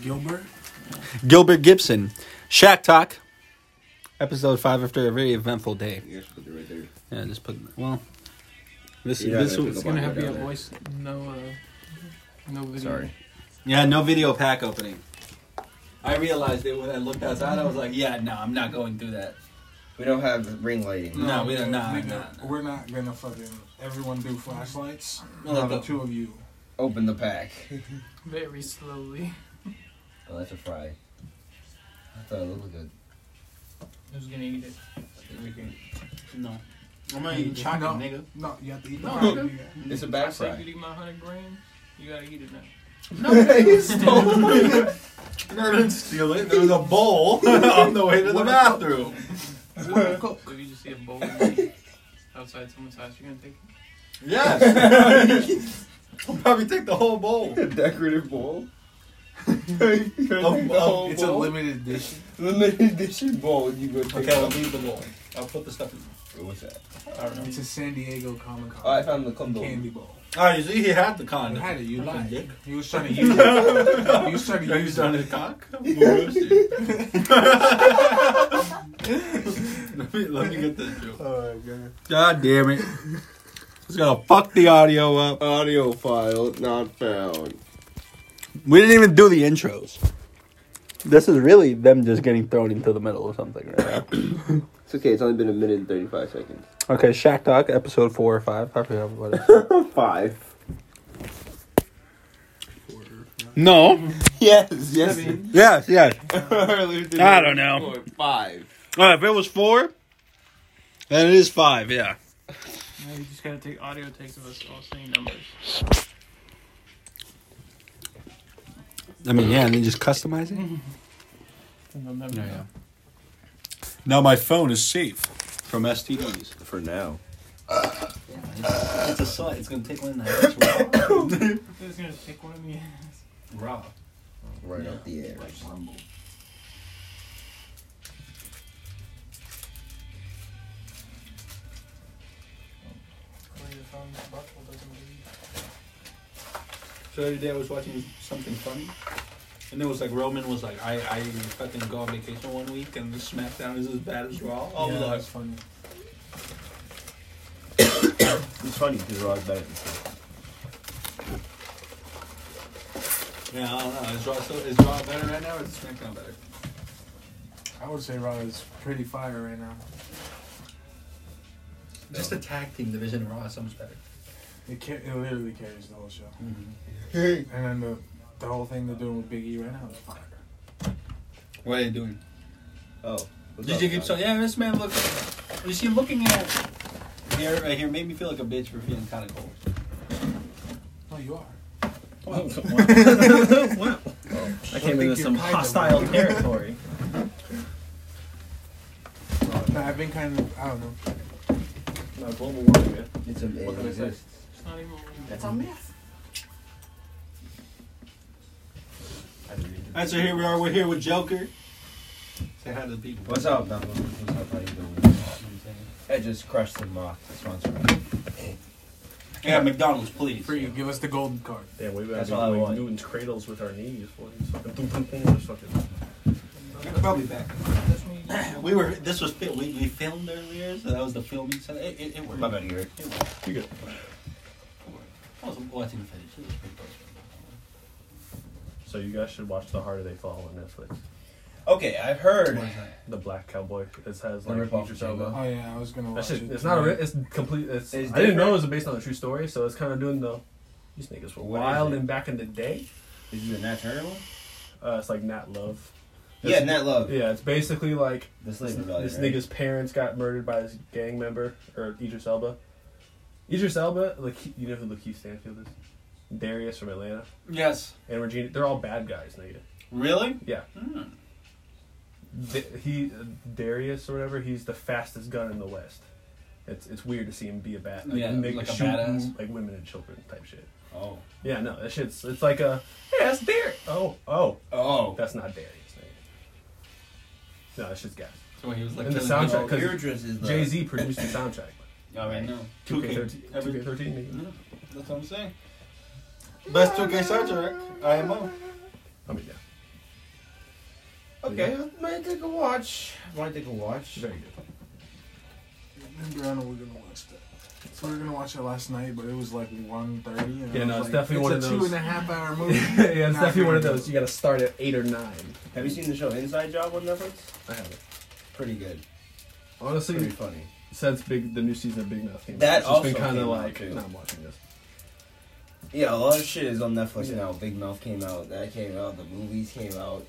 Gilbert. Gilbert Gibson, Shack Talk, episode five. After a very eventful day, Yes, put it right there. yeah, just put well. This Yeah, this they- was It's gonna Nobody have to be a down there. voice, no, uh, no video. Sorry. yeah, no video pack opening. I realized it when I looked outside. I was like, yeah, no, I'm not going through that. We don't have ring lighting. No, we don't- dude, nah, nigga, nah, nah. We're not gonna fucking everyone do flashlights. No, not no. the two of you. Open the pack. Very slowly. Oh, that's a fry. I thought it looked good. Who's gonna eat it? No, I'm not eating chocolate, No. nigga. No, you have to eat the No, whole nigga. nigga. It's a I back said fry. you eat my 100 grams. You gotta eat it now. he Oh stole it. I didn't steal it. There was a bowl on the way to the bathroom. If you just see a bowl of meat outside someone's house, you're gonna take it. Yes. I'll probably take the whole bowl. A decorative bowl. bowl. It's a limited edition. limited edition bowl. You go take Okay, I'll it. leave the bowl. I'll put the stuff in. What's that? I don't know. It's a San Diego Comic Con Oh, I found the condom. candy bowl. Oh, you see, he had the I condom. had it. You Fucking lied. dick. He was trying to use it. He was trying Are to you use done it. his cock? Let me let me get this joke. Oh god. God damn it! It's gonna fuck the audio up. Audio file not found. We didn't even do the intros. This is really them just getting thrown into the middle of something right now. It's okay. It's only been a minute and thirty-five seconds. okay, Shack Talk, episode four or five. I forgot what it is. Five. No. Yes. Yes. Yes, yes. Earlier today, I don't know. scored Five. All right, if it was four, then it is five, yeah. No, you just gotta take audio takes of us all saying numbers. I mean, yeah, and then just customize it. And they'll never know. Now my phone is safe from STDs. For now. It's a slut. It's gonna take one in the house They're just gonna take one of me. ass. raw. Right off the air. rumble. Play the phone, the buckle doesn't leave. So the other day I was watching something funny, and it was like Roman was like, I, I fucking go on vacation one week, and the SmackDown is as bad as Raw. Oh, I was yeah, like, that's funny. It's funny because we're all better than yeah, I don't know. Is Raw still, is Raw better right now, or is SmackDown better? I would say Raw is pretty fire right now. Just the tag team division of Raw is so much better. It ca- it literally carries the whole show. Hey. And then the the whole thing they're doing with Big E right now is fire. What are they doing? Oh. Did you keep saying, yeah, this man looks. Is he looking at here? Right here made me feel like a bitch for feeling kind of cold. No, Oh, you are. Wow. wow. I think came into you're some kind of hostile right. territory. No, I've been kind of I don't know. It's a What can I say? It's not even That's a Alright, so here we are. We're here with Joker. Say hi to the people. What's up, Dumbo? What's up? How you doing? I just crushed uh, the mock the sponsor. Yeah, McDonald's, please. Free, give us the golden card. Yeah, we better That's That's all I be want. doing Newton's cradles with our knees. boy. Fucking boom, boom, boom, just fucking- You're probably back. That's me. We were. This was fil- we, we filmed earlier, so that was the filming. So it, it, it worked. My bad, Eric. It worked. You good? It worked. I was watching the footage. It was pretty close. So you guys should watch The Harder They Fall on Netflix. Okay, I heard. The Black Cowboy. It has The like ripoff Idris of Django. Elba. Oh yeah, I was gonna That watch shit, it. it's not a. ri- It's complete. It's, It's I didn't know different. it was based on a true story, so it's kind of doing the. These niggas were What is wild it? and back in the day. Is it a Nat Turner one? Uh, it's like Nat Love. Yeah, It's- Nat Love. Yeah, it's basically like The slave This, rebellion. this right? nigga's parents got murdered by his gang member, or Idris Elba. Idris Elba, like he- you know who Lakeith Stanfield is? Darius from Atlanta. Yes. And Regina, they're all bad guys, nigga. Really? Yeah. Hmm. D- he, Darius or whatever, he's the fastest gun in the West. It's it's weird to see him be a bat. Like, Yeah, nigga like a shoot badass. like women and children type shit. Oh. Yeah, no, that shit's it's like a yeah, that's Darius. Oh, oh, Oh. that's not Darius, nigga. No, that shit's gas. So he was like And the killing soundtrack, people. Oh, cause- Idris is the. Jay Z produced the soundtrack. I mean, no. 2K13, 2K. 2K13. nigga. No, That's what I'm saying. Best 2K soundtrack. IMO. I mean, yeah. Okay, I might take a watch. Might take a watch. Very good. Remember, I know we're gonna watch that. So we were gonna watch it last night, but it was like 1.30 and Yeah, I no, was like, it's definitely one a of two those- and a half hour movie. yeah, it's Not definitely one of gonna those. do You it. gotta start at eight or nine. Have you seen the show Inside Job on Netflix? I haven't. Pretty good. Pretty Honestly, funny. since big the new season of Big Mouth came, out, That it's just been also kind of came out, like too. not watching this. Yeah, a lot of shit is on Netflix Yeah. now. Big Mouth came out, that came out, the movies came out.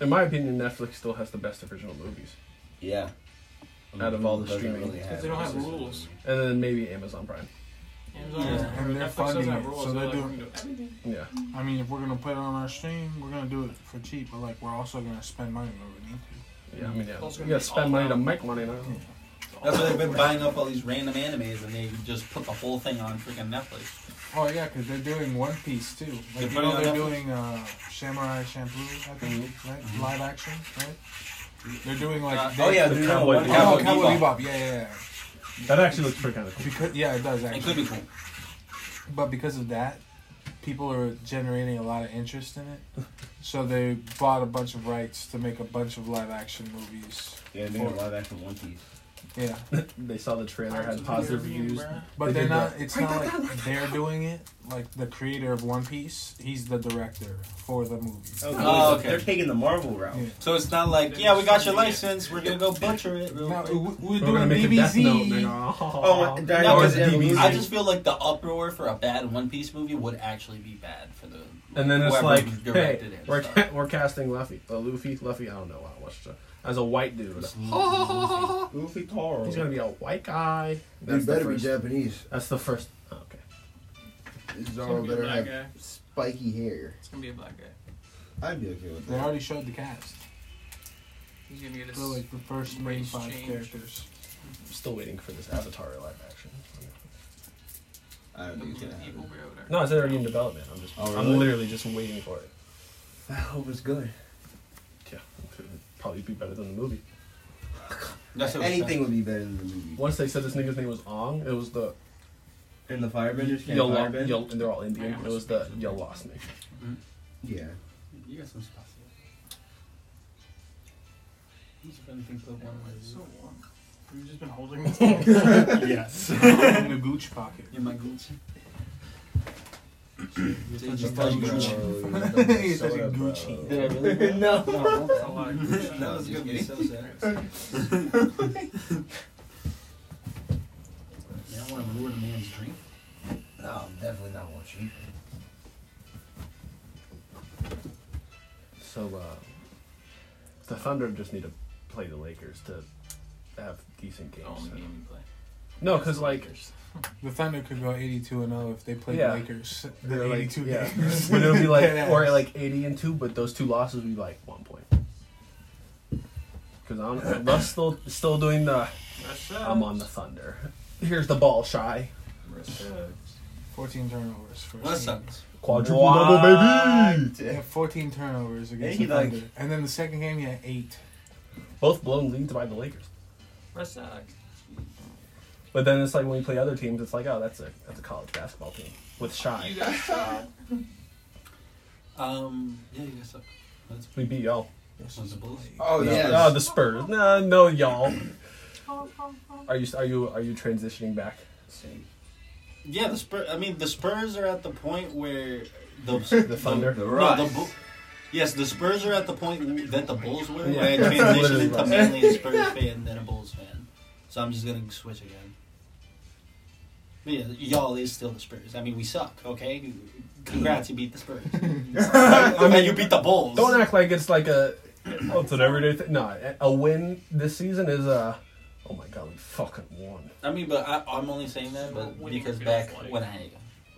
In my opinion, Netflix still has the best original movies, Yeah. Out of all the Doesn't streaming. really have They don't have versus- rules. and then maybe Amazon Prime. Amazon Yeah, doesn't- and they're Netflix funding doesn't have it, rules, so they're they're like, doing- we can do everything. Yeah, I mean, if we're gonna put it on our stream, we're gonna do it for cheap, but like we're also gonna spend money where we need to. yeah. I mean, yeah. Also You gonna gotta be spend all money to out. make money now. That's why they've been buying up all these random animes and they just put the whole thing on freaking Netflix. Oh yeah, because they're doing One Piece too. They're Like you putting know on they're Netflix? Mm-hmm. doing uh, Samurai Champloo, I think, right? Live action, right? They're doing like Uh, they- Oh yeah, The dude, no, Cowboy one- Bebop. Oh, Cowboy Cowboy Bebop. Bebop. Yeah, yeah, yeah. That actually looks pretty kind of cool. Because yeah, it does It could actually. be cool. But because of that, people are generating a lot of interest in it. So they bought a bunch of rights to make a bunch of live action movies. Yeah, they have live action One Piece. Yeah, They saw the trailer had positive reviews. but They they are did not. that. It's not like they're doing it. Like the creator of One Piece, he's the director for the movie. Oh, so okay. They're taking the Marvel route. Yeah. So it's not like, yeah, we got your license, we're gonna go butcher it real Now, quick. we- we're We're gonna doing make a death note. DBZ. nigga. Oh, my, Or No, Diary of it's the Anna DBZ. Louise. I just feel like the uproar for a bad One Piece movie would actually be bad for the. And then it's whoever like, hey, directed it and we're, stuff. ca- we're casting Luffy, uh, Luffy, Luffy. I don't know. I watched it as a white dude. He's Goofy Taro. gonna be a white guy. You That's the better be first. Japanese. That's the first. oh, okay. It's gonna Zoro be a better black have guy. spiky hair. It's gonna be a black guy. I'd be okay with They that. already showed the cast. He's gonna get his. They're like the first main Race five change. characters. I'm still waiting for this Avatar live action. I the don't think it's blue gonna evil happen. bear, whatever. No, it's already in development. I'm just. Oh, I'm really? literally just waiting for it. I hope it's good. Yeah, it'd probably be better than the movie. That's what it was Anything would be better than the movie. Once they said this nigga's name was Ong, it was the And the Firebenders can't Yo, lo- firebend? yo, and they're all Indian. It was the Yo Lost nigga. Yeah. saying. You got some stuff. Who's been thinking of one way? It's so warm. We've just been holding this yes. In the gooch pocket. You're my Gucci. You're just touching touching Gucci. You're touching Gucci. Did I really? no. no. It's a lot of Gucci. That was gonna be so sad. You don't want to ruin a man's drink. No, I'm definitely not watching. So uh, the Thunder just need to play the Lakers to have decent The games. Oh, only game you play. No, because like The Thunder could go 82 and 0 if they played Yeah. the Lakers. they're The like 82 yeah, games. but it'll be like Dead or ass. like eighty and two, but those two losses would be like one point. Because I'm Russ still still doing the That's I'm on the Thunder. Here's the ball shy. 14 turnovers. For Well, that Phoenix. sucks. Quadruple What? They had 14 turnovers against Hey, the like- Thunder. and then the second game, you had eight. Both blown leads by the Lakers. That sucks. But then it's like when we play other teams, it's like oh that's a that's a college basketball team with shy. You got shot. Um, yeah, you guys suck. That's We beat y'all. this one's a bullshit. Oh, No, yes. no, the Spurs. No, no, y'all. Are you are you are you transitioning back? Same. Yeah, the Spurs. I mean, the Spurs are at the point where the The Thunder. The No, Rock. the Bu- yes, the Spurs are at the point that the Bulls were. Yeah. where I That's transitioned literally into right. mainly a Spurs fan than a Bulls fan. So I'm just gonna switch again. But yeah, y'all is still the Spurs. I mean, we suck. Okay, congrats, you beat the Spurs. I mean, you beat the Bulls. Don't act like it's like a oh, it's an everyday thing. No, a- a win this season is a oh my god, we fucking won. I mean, but I, I'm only saying that, but Winning because feels back like- when I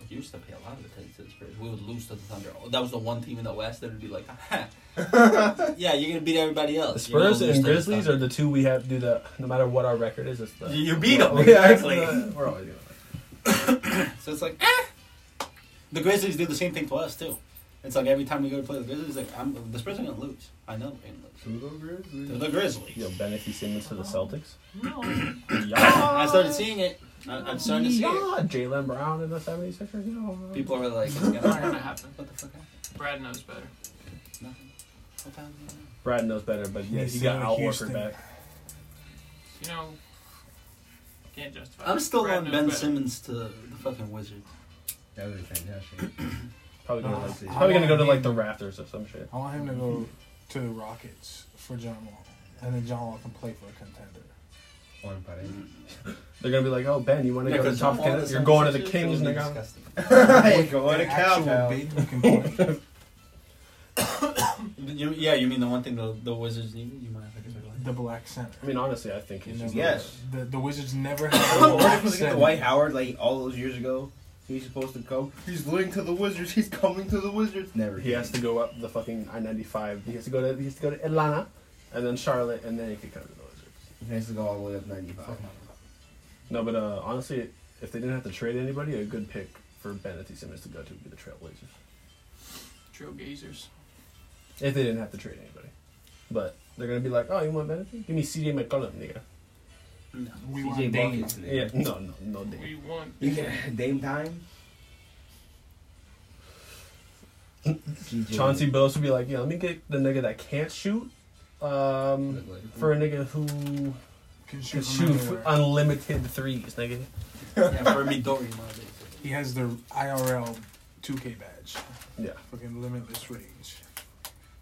used to pay a lot of attention to the Spurs, we would lose to the Thunder. That was the one team in the West that would be like, "Ah, "Ha, yeah, you're gonna beat everybody else. The You're gonna Spurs lose and to the Grizzlies Thunder." are the two we have do the no matter what our record is. It's the You- you beat 'em, We're- yeah, it's exactly. the- we're always gonna win. So it's like, eh. The Grizzlies do the same thing to us too. It's like every time we go to play the Grizzlies, like I'm, the Spurs are gonna lose. I know they're gonna Pseudo lose. Grizzlies. They're the Grizzlies. Yo, Benefit Simmons to the Celtics. No. Yeah, I started seeing it. I, I'm starting to see it. yeah. Jalen Brown in the 76ers. No. People are like, it's gonna Not gonna happen. happen. What the fuck? happened? Brad knows better. Nothing. What time is it? Brad knows better, but yes, he He's got in Al Warford Houston. back. You know, can't justify. I'm it. still Brad on knows Ben better. Simmons to the fucking Wizard. That would be fantastic. Probably gonna, Uh, like, I probably gonna go to want like the Raptors or some shit. I want him to go to the Rockets for John Wall, and then John Wall can play for a contender. One parade. They're gonna be like, "Oh Ben, you want to Yeah, go to 'cause top all ten? the You're going to the Celtics Kings, are nigga." disgusting. Hey, go on An a cow, actual pal. big who can play. You- yeah, you mean the one thing the, the Wizards need? You might have to go the black center. I mean, honestly, I think You he's know, just Yes. The, the Wizards never had a Remember black if we get center. the White Howard like all those years ago? He's supposed to go. He's linked to the Wizards. He's coming to the Wizards. Never. He has to go up the fucking I ninety five. He has to go to he has to go to Atlanta, and then Charlotte, and then he could come to the Wizards. He has to go all the way up 95. No, but uh, honestly, if they didn't have to trade anybody, a good pick for Bennett Simmons to go to would be the Trailblazers. Trailblazers. If they didn't have to trade anybody, but they're gonna be like, "Oh, you want Bennett? Give me C.J. McCollum, nigga." No. We CJ want Dame. Buckets. Yeah, nigga. no, no, no, We Dame. want. You can Dame time. CJ. Chauncey Billups would be like, "Yeah, let me get the nigga that can't shoot." Um, for a nigga who Can can shoot from shoot uh, f- anywhere. unlimited threes, nigga. yeah, for me, Dory nowadays. He has the IRL 2K badge. Yeah. Fucking limitless range.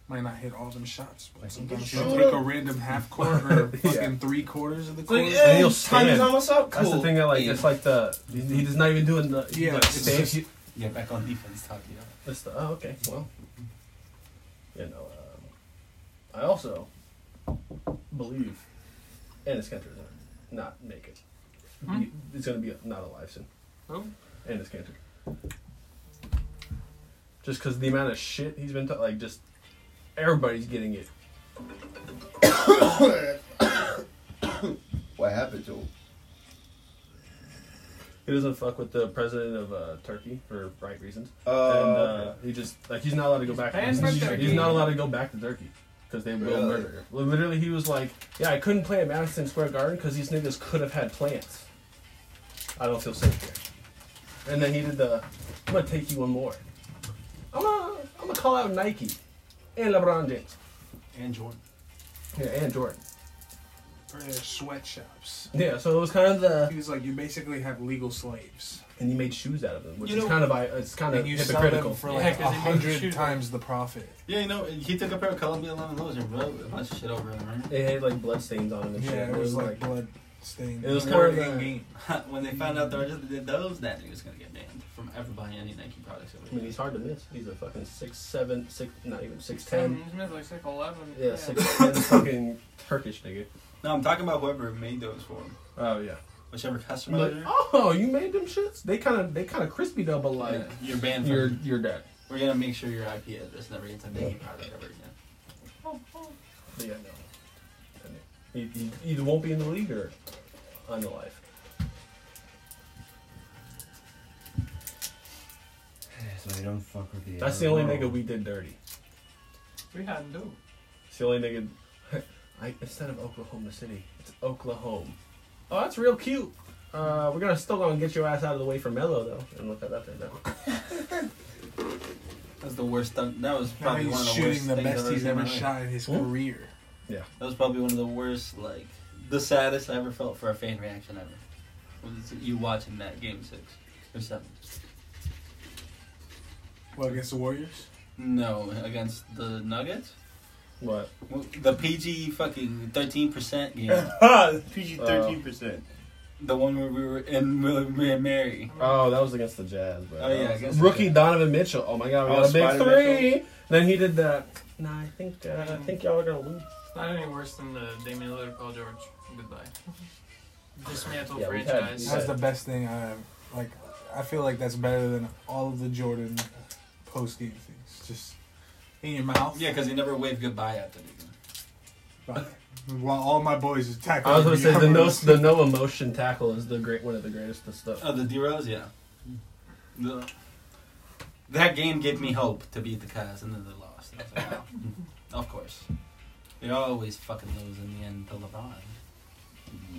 Might not hit all them shots, Like, but sometimes you can he'll shoot take a up. random half court or Yeah. fucking three quarters of the court. Like, And eh, he'll time is stand. almost up. Cool. That's the thing. I like. Yeah. It's like the he, he does not even do it. in the- he, Yeah, like, it's saves just- you. Yeah, back on defense, talk, you know. It's the, oh, okay. Well, you know, um, I also believe Ennis Cantor is gonna not make it. Hmm? He- It's going to be not alive soon. Who? Ennis Cantor. Just because the amount of shit he's been ta- like, just everybody's getting it. What happened to him? He doesn't fuck with the president of uh, Turkey for right reasons. Uh, Oh, and uh, he just like he's not allowed to go back. banned He's, from he's Turkey. not allowed to go back to Turkey because they will Really? murder him. Well, Literally, he was like, "Yeah, I couldn't play at Madison Square Garden because these niggas could have had plants. I don't feel safe here." And then he did the, "I'm gonna take you one more. I'm gonna, I'm gonna call out Nike and LeBron James, And Jordan. yeah, and Jordan. Or their sweatshops. Yeah, so it was kind of the, He was like, you basically have legal slaves. and he made shoes out of them, which You is know- kind of, I- it's kind of And you sell them hypocritical. for Yeah, like a 'cause they make hundred shoes. times the profit. Yeah, you know, he took a pair of Columbia lemon loaves and rubbed a bunch of shit over them, It had like blood stains on them and shit. Yeah, it was like blood stained. It was They kind were of in the- game. right? when they found out the register did those, that nigga's gonna get banned from ever buying any Nike products I ever. mean, he's hard to miss. He's a fucking six seven, six not even six ten. He's made like six eleven. Yeah, six ten fucking Turkish nigga. No, I'm talking about whoever made those for him. Oh yeah. Whichever customer. Like, they were. oh, you made them shits. They kind of they kind of crispy though, but like Yeah, you're banned you're from. you're dead. We're gonna make sure your IP address never gets a Nike product ever again. But yeah, no. You, you, you won't be in the league or on the life. So they don't fuck with the. That's the only NRL. nigga we did dirty. We had to. It's the only nigga. I, instead of Oklahoma City, it's Oklahoma. Oh, that's real cute. Uh, we're gonna still gonna get your ass out of the way for Melo though, and look at that thing. though. That's the worst. Thing. That was Now probably one he's of the shooting worst the things best I've he's seen in ever my life. shot in his Hmm? career. That was probably one of the worst, like, the saddest I ever felt for a fan reaction ever. Was you watching that game six or seven? Well, against the Warriors? No, against the Nuggets. What? The PG fucking thirteen percent game. PG Uh, thirteen percent. the one where we were in Willie and Mary. Oh, that was against the Jazz, bro. Oh, yeah, against the rookie Jazz. Donovan Mitchell. Oh my God, we Oh, got a big Spider three. Then he did that. Nah, I think uh, I think y'all are gonna lose. It's not any worse than the Damian Lillard, Paul George. Goodbye. Dismantle Yeah, we've had- franchise. we've That's Yeah. the best thing I like. I feel like that's better than all of the Jordan post game things. Just in your mouth. Yeah, because he never waved goodbye after the game. While all my boys is tackling. I was gonna me, say the I'm no gonna- the no emotion tackle is the great one of the greatest of stuff. Oh, the D Rose, yeah. The, that game gave me hope to beat the Cavs, and then they lost. I was like, wow. of course, they always fucking lose in the end to LeBron.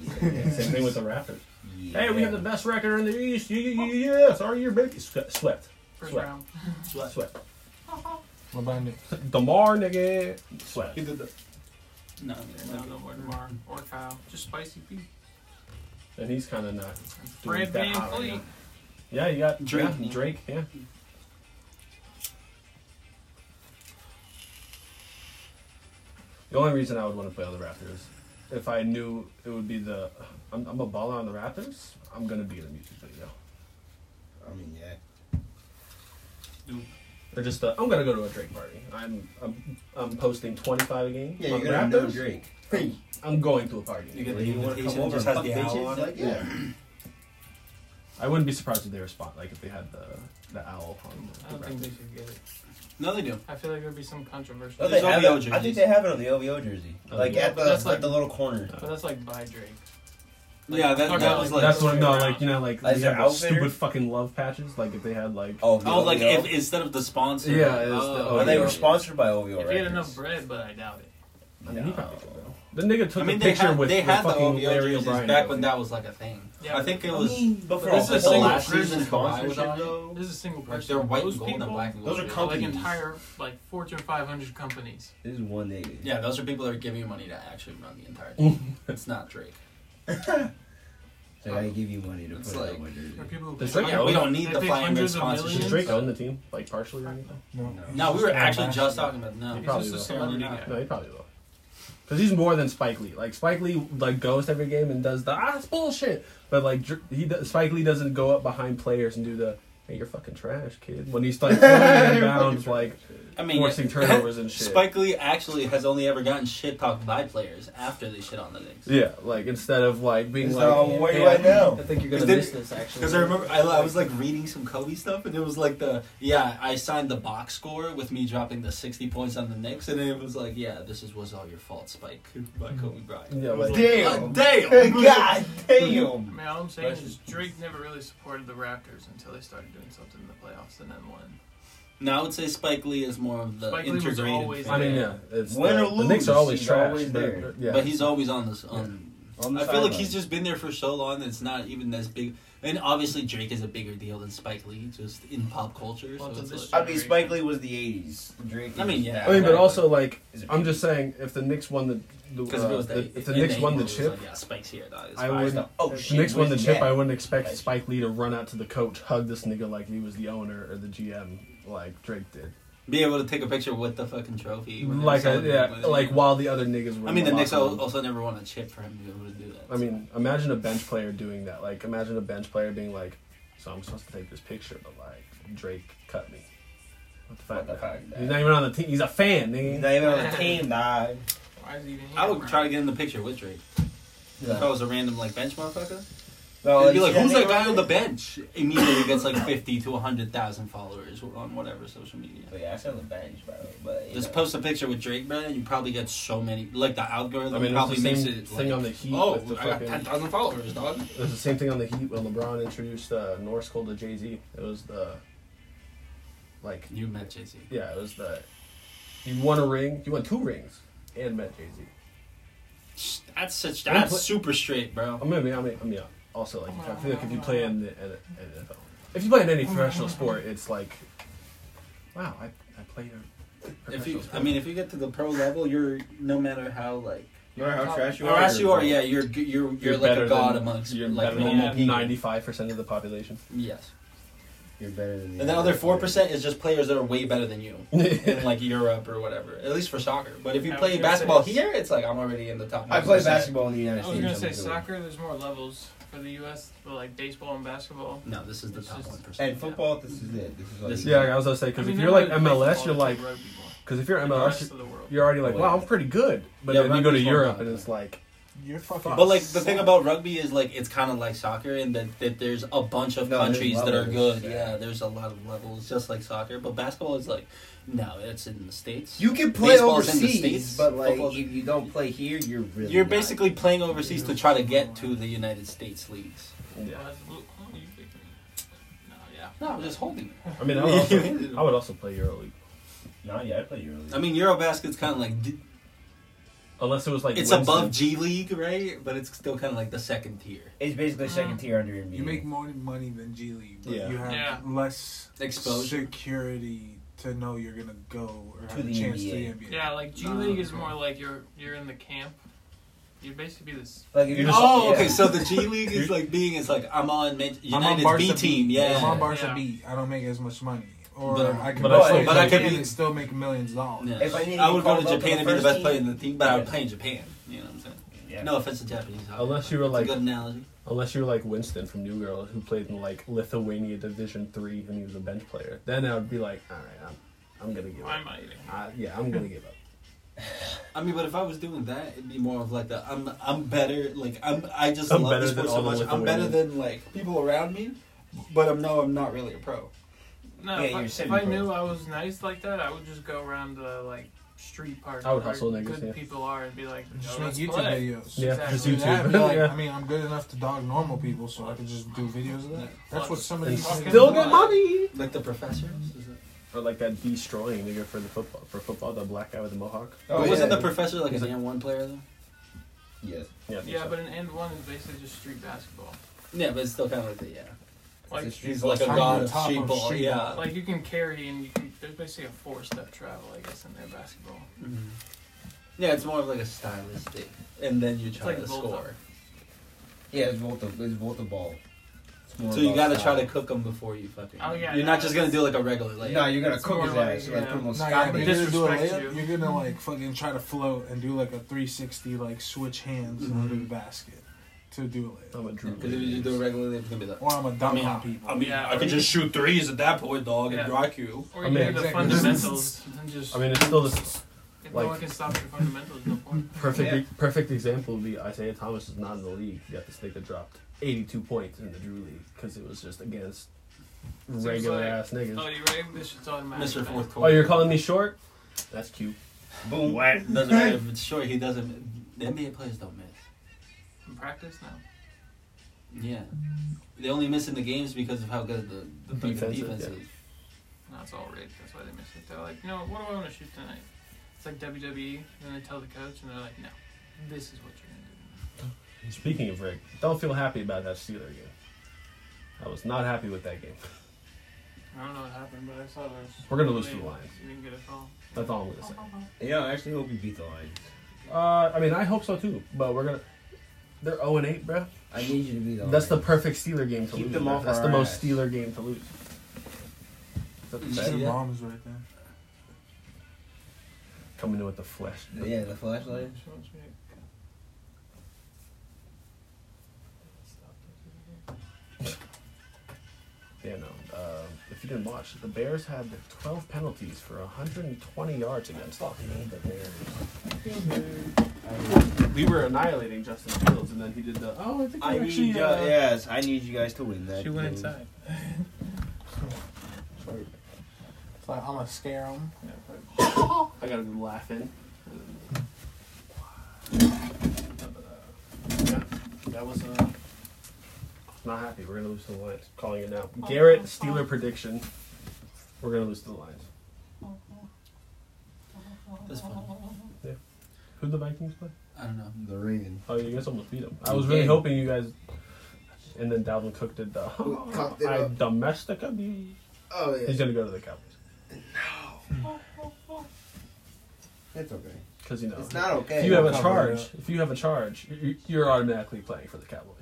Yeah, Same thing with the Raptors. Yeah. Hey, we have the best record in the East. Yeah, yeah, yeah, yeah. Sorry, your baby Swe- swept, First Sweat. round. swept. What about Nick? Damar, nigga. Sweat. He did that. No, No, no, no more tomorrow. Or Kyle. Just spicy pea. And he's kind of not. doing Brand that name, hot right please. now. Yeah, you got Drake, Drake. Yeah, man. Drake, yeah. The only reason I would want to play on the Raptors, if I knew it would be the, I'm, I'm a baller on the Raptors. I'm gonna be in a music video, I mean, yeah. or just the, I'm gonna go to a Drake party. I'm I'm, I'm posting 25 a game. Yeah, on you're gonna know Raptors. Drake. I'm going to a party. You get Well, the you wanna come invitation, over it just and has the fuck owl bitches? on it. Like, yeah. I wouldn't be surprised if they respond, like if they had the the owl on I the, don't the think Raptors. they should get it. No, they do. I feel like there'd be some No, controversial. they There's have OVO it. I think jerseys. they have it on the OVO jersey. Oh, Like yeah. at the, That's like- at the little corner. Oh, But that's like by Drake. Yeah, that- Talk that about, was like- That's what I'm the no, way like you around. know, like Like they their have those outfitter? stupid fucking love patches. Like if they had like, Oh, the Oh, like if, OVO. instead of the sponsor. yeah, it's oh. the, Well, oh, Well, they yeah. were sponsored by OVO If he had enough Records. bread, but I doubt it. I mean, he probably No. could, though. The nigga took I mean, a they picture had, with they with had the fucking OVO Larry jerseys O'Brien. back when that was like a thing. Yeah, I think it I was. mean, but for This is all- a the single last person season sponsorship, combined, though, This is a single person. They're white Those and gold and people, black and Those gold. are are like companies. entire like Fortune 500 companies. This is one nigga. Yeah, those are people that are giving you money to actually run the entire team. it's not Drake. So I give you money to It's put it like- on my Or jersey. people who There's pay like- hun- we don't need they the pay flying hundreds red of sponsorship. Does millions. Drake own the team, like partially or anything? No. No, we were actually Ambassador. just talking about no. He He's probably just a will. celebrity Yeah, why guy. No, he probably will. Cause he's more than Spike Lee. Like Spike Lee, like goes to every game and does the ah, it's bullshit. But like Dr- he, does, Spike Lee doesn't go up behind players and do the hey, you're fucking trash, kid. When he's like throwing bounds, like I mean, forcing turnovers and shit. Spike Lee actually has only ever gotten shit talked by players after they shit on the Knicks. Yeah, like instead of like being It's like, not where hey, you at now. I think you're Is gonna there- miss this actually. Because I remember I, I was like reading some Kobe stuff, and it was like the yeah I signed the box score with me dropping the sixty points on the Knicks, and it was like yeah this is, was all your fault, Spike by Kobe Bryant. Yeah, like, Damn. God damn, God damn. I mean, all I'm saying That's is just- Drake never really supported the Raptors until they started doing something in the playoffs and then won. Now I would say Spike Lee is more of the Spike Lee was integrated. always fan. I mean, yeah, it's Win the, or the Knicks are lose, always he's trash. always but- there. yeah. but he's always on this. On, On the I feel like sideline. he's just been there for so long that it's not even as big. And obviously Drake is a bigger deal than Spike Lee, just in pop culture. So Well, to it's this like, I mean, Spike Lee was the '80s. Drake. I mean, is yeah. I mean, but now. also like, Is it- I'm just saying, if the Knicks won the, the, Because uh, if it was the- the, if the in Knicks won the eighties, it was chip, like, yeah, Spike's here, dog. It's I fine. would. the- oh If the shit, Knicks won the where's chip, Matt? I wouldn't expect Right. Spike Lee to run out to the coach, hug this nigga like he was the owner or the GM, like Drake did. be able to take a picture with the fucking trophy. when they Like, were a, celebrating yeah, with it. like while the other niggas were. I in mean, the Knicks locker room. al- also never won a chip for him to be able to do that. I mean, imagine a bench player doing that. Like, imagine a bench player being like, "So I'm supposed to take this picture, but like Drake cut me." What the What fuck? the fuck, He's not even on the team. He's a fan, He's nigga. not even on the team, nah. Why is he even here? I would try to get in the picture with Drake. If I was a random like bench motherfucker, Oh, No, I'd be it's- like, "Who's yeah, that they- guy on the bench?" Immediately gets like fifty to hundred thousand followers on whatever social media. But Oh, yeah, I said on the bench, bro. But you Just know. post a picture with Drake, man. You probably get so many. Like the algorithm I mean, it was probably the makes same it. thing like, on the Heat. oh, with the I got fucking, ten thousand followers, dog. it was the same thing on the Heat when LeBron introduced uh, Norris Cole to Jay Z. It was the like, You met Jay Z. yeah, it was the you won a ring, you won two rings, and met Jay Z. That's such. I mean, That's pl- super straight, I bro. mean, I mean, I mean, I mean, yeah. Also, like, I feel like if you play in the in, in NFL, if you play in any professional sport, it's like, wow, I, I played a professional If you, sport. I mean, if you get to the pro level, you're no matter how like No matter how trash you Or are. as Oh, you are, yeah, you're you're you're, like a better god than- amongst you're like better normal than people. ninety-five percent of the population. Yes, You're better than. and the other four percent is just players that are way better than you in like Europe or whatever. At least for soccer. But if you I was play gonna basketball say- here, it's like I'm already in the top. I play 1%. basketball in the United I was States. gonna say I'm good. soccer. There's more levels for the U.S. but like baseball and basketball. No, this is the It's top just- one percent. And football, this is it. This is all This- you yeah, get. I was gonna say I because mean, if they you're like really play MLS, football, you're they like, play rugby more. because if you're Like, the MLS, rest of the world. you're already like, Oh, wow, yeah. I'm pretty good. But Yeah, then you go to rugby's one Europe time. and it's like, You're fucking. But like the thing about rugby is like it's kind of like soccer in that, that there's a bunch of No, there's countries that are levels, good. yeah. Yeah. there's a lot of levels, just like soccer. But basketball is like, no, it's in the states. You can play Baseball's in the States, overseas, but like football's- if you don't play here, you're really. You're not. basically playing overseas to try to get to the United States leagues. yeah. Well, that's- oh, you picked me. No, yeah. No, I'm just holding. it. I mean, I would also, I would also play EuroLeague No, yeah, I play EuroLeague. I mean, Eurobasket's kind of like d- unless it was like it's Winston. above G League, right? But it's still kind of like the second tier. it's basically Uh, second tier under NBA. You make more money than G League, but Yeah. you have Yeah. less Exposure. security to know you're gonna go or To have a the chance to NBA. the NBA. Yeah, like G Nah, League is bro. more like you're you're in the camp. You'd basically be this. Like if You you just- Oh, yeah. okay. So the G League is like being it's like I'm on Man- I'm on United's Barca B team. Yeah. I'm on Barca Yeah. B. I don't make as much money, or But- I can but play I- for but I Japan could be- and still make millions of dollars. Yeah. If I need to I would call go to up in Japan the and be the first best team- player in the team, but I would Yeah. play in Japan. You know what I'm saying? Yeah. Oh, No offense to Japanese. hockey. Unless you were It's like- a good analogy. Unless you were like Winston from New Girl, who played in like Lithuania Division Three, and he was a bench player. Then I would be like, all right, I'm, I'm gonna give Why am up. I eating? I, yeah, I'm gonna give up. I mean, but if I was doing that, it'd be more of like the I'm I'm better. Like I'm I just I'm love better this than sport so all the much. I'm better Lithuanians. than like people around me, but I'm no, I'm not really a pro. No, Yeah, if, I, you're if I semi-pro. knew I was nice like that, I would just go around the like street park. I would where hustle niggas, Good yeah. people are and be like, Just "Yo, make let's YouTube play." videos. Yeah, Exactly. just Do that, and be YouTube. like, yeah. I mean, I'm good enough to dog normal people, so I could just do videos of that. That's what some of And these fucking still get get money. Like the professors. Is it? Or like that destroying nigga for the football for football, the black guy with the mohawk. Oh, but wasn't yeah. the professor like He's an like- N one player though? Yes. Yeah, I think Yeah, so. but an end one is basically just street basketball. Yeah, but it's still kind of like the yeah. Like It's just He's ball. like a on god of top of street ball. street Yeah. ball. like you can carry and you can, there's basically a four step travel, I guess, in their basketball. Mhm. Yeah, it's more of like a stylistic, and then you try like to both score. of- Yeah, it's both the it's both the ball. It's more So you about gotta try style. to cook them before you fucking. Oh, yeah, You're no, not just gonna do like a regular layup. No, you're gonna It's cook more his like, ass. You're yeah. like put him on Nah, yeah, scot if you're They gonna do a disrespect layup, you. you. are gonna like fucking try to float and do like a 360, like switch hands Mhm. under the basket to do a layup. I'm a Drew. Because if you just do it Brees. regularly, it's gonna be like. Or I'm a dumb on people. Yeah. I could just shoot threes at that point, dog, and Yeah. rock you. Or I you mean, do the exactly. fundamentals and just I mean, it's still this if like- no one can stop your fundamentals, no point. perfect e, Yeah. perfect example would be Isaiah Thomas is not in the league. You got this nigga dropped 82 points in the Drew League because it was just against regular like- ass niggas. Oh, you ready? This shit's automatic. Mr. Fourth Oh, Quarter. you're calling me short? That's cute. Boom. Doesn't matter if it's short. He doesn't. The NBA players don't miss. In practice now. Yeah, they only miss in the games because of how good the, the fucking Defense defense, is, is. yeah. No, it's all rigged. That's why they miss it. They're like, you know, what do I want to shoot tonight? It's like WWE. And then they tell the coach, and they're like, no, this is what you're gonna do. Speaking of Rick, don't feel happy about that Steeler game. I was not happy with that game. I don't know what happened, but I saw there was. We're gonna lose to they- the Lions. You didn't get a call. That's all I'm gonna say. Yeah, I actually hope you beat the Lions. Uh, I mean, I hope so too, but we're gonna. They're 0 and 8, bro. I need you to beat the Lions. That's the perfect Steeler game to Keep lose. them bruh. off That's our the most ass. Steeler game to lose. Is that the Yeah. best? Two Yeah. bombs right there. Coming in with the flesh. yeah the flashlight. Yeah, no. Uh, if you didn't watch, the Bears had 12 penalties for 120 yards against them. We were annihilating Justin Fields, and then he did the. Oh, I think I I need actually. you, uh, yes, I need you guys to win that. She game. went inside. It's like I'm gonna scare them. I gotta be laughing. Yeah, that was uh, not happy. We're gonna lose to the Lions. Calling it now. Garrett Steeler prediction. We're gonna lose to the Lions. That's fun. Who the Vikings play? I don't know. The Raven. Oh, you guys almost beat them. I We was really did. hoping you guys. And then Dalvin Cook did the. cocked it I up. domestic abuse. Oh yeah. He's gonna go to the Cowboys It's okay. because you know It's not okay. if you have a Cover it charge, up. if you have a charge, you- you're automatically playing for the Cowboys.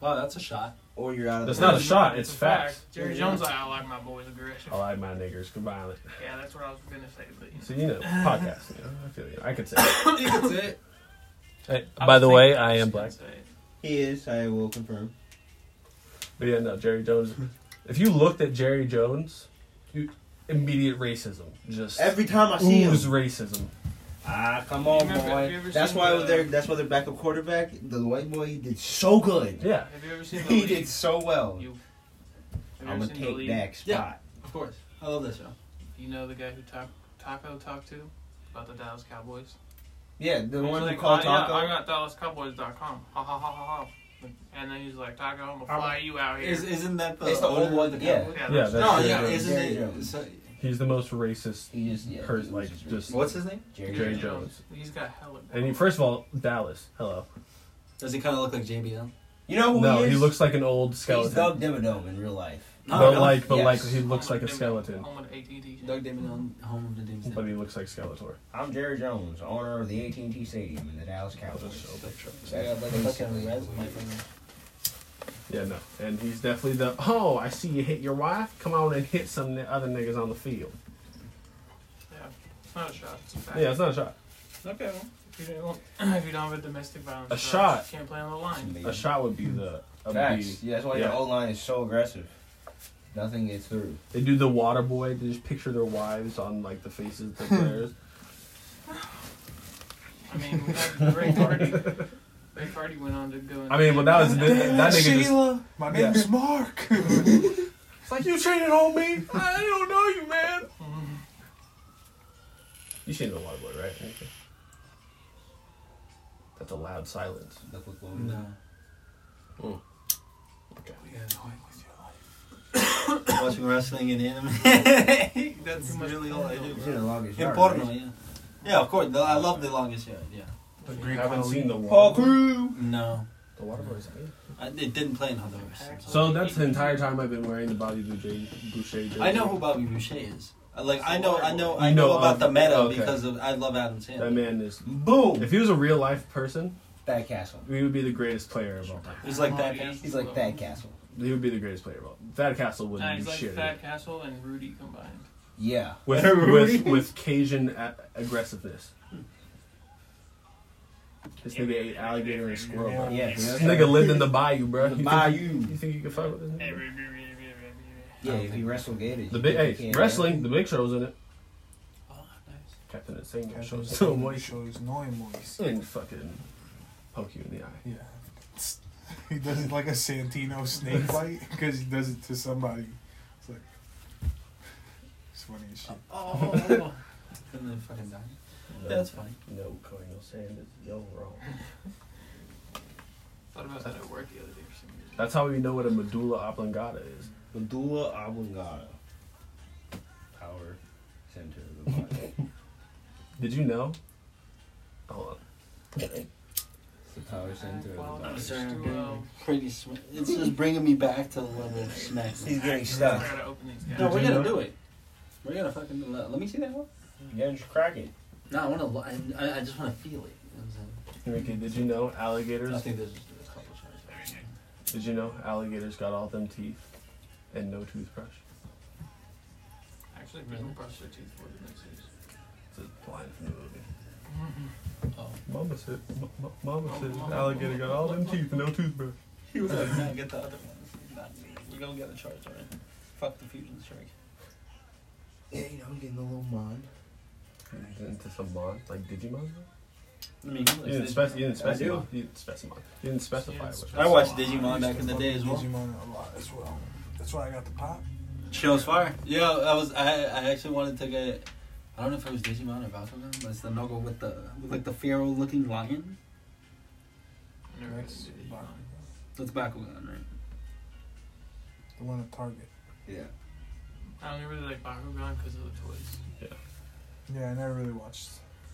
Wow, that's a shot. or you're out of. That's the not a league. shot. It's fact. Jerry Jones, like, I like my boys aggression. I like my niggers. Goodbye. Yeah, that's what I was gonna say. But you So you know, podcast. You know, I feel you. I could say. it. that's it. Hey, know. by was the way, thinking- I am was black. gonna say it. He is. I will confirm. But yeah, no, Jerry Jones. If you looked at Jerry Jones, you, immediate racism. Just Every time I see ooze him. racism. Ah, come You on, remember- have you boy. ever That's seen why the- they're. That's why their backup quarterback, the white boy, he did so good. Yeah. Have you ever seen the He league? did so well. You. Have you I'm ever gonna seen the take league? back spot. Of course. I love that show. You know the guy who talk, Taco talked to about the Dallas Cowboys. Yeah, the He's one who like, called "I- Taco. Yeah, I got DallasCowboys.com. Ha ha ha ha ha. And then he's like, Taco, I'm gonna fly you out here. Is, isn't that the It's the owner old of one, the yeah. Cowboys? Yeah, that's- that's- No, yeah, Jerry isn't it? Jones. So, He's the most racist. He just yeah. Her- he like, just- just- what's his name? Jerry Jerry Jones. Jones. He's got hella. And he, first of all, Dallas. Hello. Does he kind of look like JBL? You know who No, Oh, he is? he looks like an old He's Doug skeleton. Dimmadome in real life. No, But really? like, but Yes. like, he looks like a skeleton, Home of ATD. Doug Damon on Home of the Dames. but he looks like Skeletor. I'm Jerry Jones, owner of the AT&T Stadium and the Dallas I'll just Cowboys. show a picture. of I him. got like a fucking resume from him. Yeah, no, and he's definitely the. Oh, I see you hit your wife. Come on and hit some n- other niggas on the field. Yeah, it's not a shot. It's a fact. Yeah, it's not a shot. Okay. Well, if you don't, if you don't have a domestic violence, A charge, shot. you can't play on the line. A shot would be the. would be- Facts. Yeah, that's why your Yeah. O line is so aggressive. Nothing gets through. They do the water boy. They just picture their wives on like the faces of the players. I mean, we had Ray Cardy. Ray Cardy went on to go. I mean, well, that was that, that nigga just. Sheila, my Yeah. name's Mark. It's like you cheated on me. I don't know you, man. You cheated on water boy, right? Okay. That's a loud silence. Look, look, look. No. Watching wrestling and anime. That's really all I do. He's in the longest In yard, porno, right? yeah. Yeah, of course. the- I love the longest yard. Yeah. The I Greek haven't Halloween. seen the Paul water. Crew. No, The water boy's I, it didn't play in other versions. So that's the entire time I've been wearing the Bobby Boucher. Boucher jersey. I know who Bobby Boucher is. Uh, Like I know, I know, I You know know, about um, the meta okay. because of I love Adam Sandler. That man is. Boom. If he was a real life person, Thad Castle. he would be the greatest player of all time. He's like that guy. He's like Thad Castle. He would be the greatest player of all. Thad Castle would Nah, be he's like shit. Thad Castle and Rudy combined. Yeah. with Rudy. with with Cajun a- aggressiveness. This nigga ate alligator and squirrel. bro. Yeah. This nigga lived in the bayou, bro. The you bayou. Think, you think you can fuck with this? Oh, Nigga? Yeah, if he wrestled Gator. The you big think he hey, can't wrestling. The big show's in it. Oh, nice. Captain Insane Captain shows so Same much shows no moist. and fucking poke you in the eye. Yeah. He does it like a Santino snake bite because he does it to somebody. It's like. It's funny as shit. Oh, and then fucking die. That's funny. No, Cardinal Sanders, yo wrong. Thought about that at work the other day for some reason. That's how we know what a medulla oblongata is. Medulla oblongata. Power center of the body. Did you know? Hold on. It's the power center of the Well, body. I'm sorry, I'm getting Pretty sm- It's just bringing me back to the level of smack. He's getting I stuck. gotta open these guys. No, we're you gonna know- do it. We're gonna fucking do that. Let me see that one. Yeah, just crack it. No, I wanna. lo- I, I- I just wanna feel it. You know what Ricky, did you know I'm saying? I alligators? think there's just a couple shots. Did you know alligators got all them teeth and no toothbrush? Actually, people brush their teeth more than they It's a line from the movie. Oh, Mama said, m- m- Mama said, Mama- alligator got all them teeth and no toothbrush. he was Uh-huh. like, no, get the other ones. Not me. You gonna get a charge on it. Fuck the fusion strike. Yeah, you know, I'm getting a little mind. Into some mon, like Digimon. I mean, You didn't, spec- you didn't specify. You didn't specify. You didn't specify. didn't which spec- I one. watched Digimon back in the Fucking day as well. Digimon a lot as well. That's why I got the pop. Shows fire. Yeah, I was. I, I actually wanted to get. I don't know if it was Digimon or Bakugan, but it's the Noggle with the with like the feral looking lion. use. Never Next, did it. Bond. That's Bakugan, right? The one at Target. Yeah. I only really like Bakugan because of the toys. Yeah, I never really watched.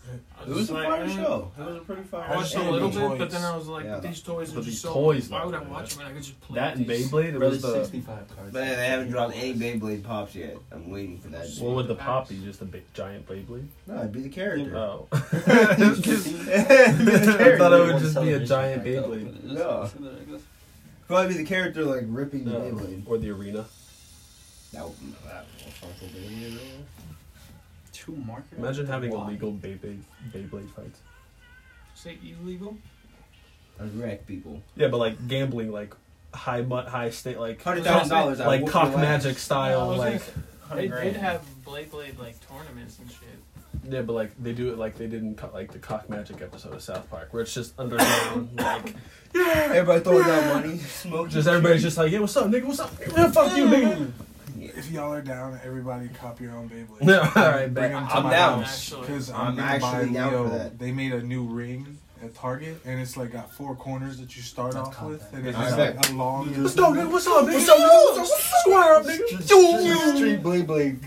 I It was just a like, fire eh. show. It was a pretty fire I watched a Yeah, little the bit, toys. but then I was like, Yeah. these toys are But just these so. toys, why would I though, watch yeah. them when I could just play That and these? Beyblade. It was the 65 cards. Man, they haven't dropped any Beyblade pops yet. I'm waiting for that. what would the pop be? Just a big giant Beyblade. No, it'd be the character. Oh, I I thought it would just be a giant Beyblade, No. Probably be the character like ripping the No. Beyblade. or the arena. That would no, that would Beyblade. Two markers. Imagine having Why? illegal Beyblade Beyblade fights. Say illegal? I'd wreck people. Yeah, but like gambling, like high butt, high state, like Hundred thousand dollars. like cock magic style, No, I like was They did have Blade Blade like tournaments and shit. yeah, but like they do it like they did in co- like the cock magic episode of South Park, where it's just underground, like Everybody throwing down money, smoking. just everybody's just like, yeah, what's up, nigga, what's up, yeah, fuck you, nigga. If y'all are down, everybody cop your own Beyblade. No, all right, Bring babe. them to I'm my down. house Actually. because I'm I'm, gonna buy actually down for Leo. that. They made a new ring at Target, and it's like got four corners that you start That's off content. with, and it's I like a long. What's up, nigga? What's up, nigga? What's up, nigga? What's Square up, nigga. Street Beyblade.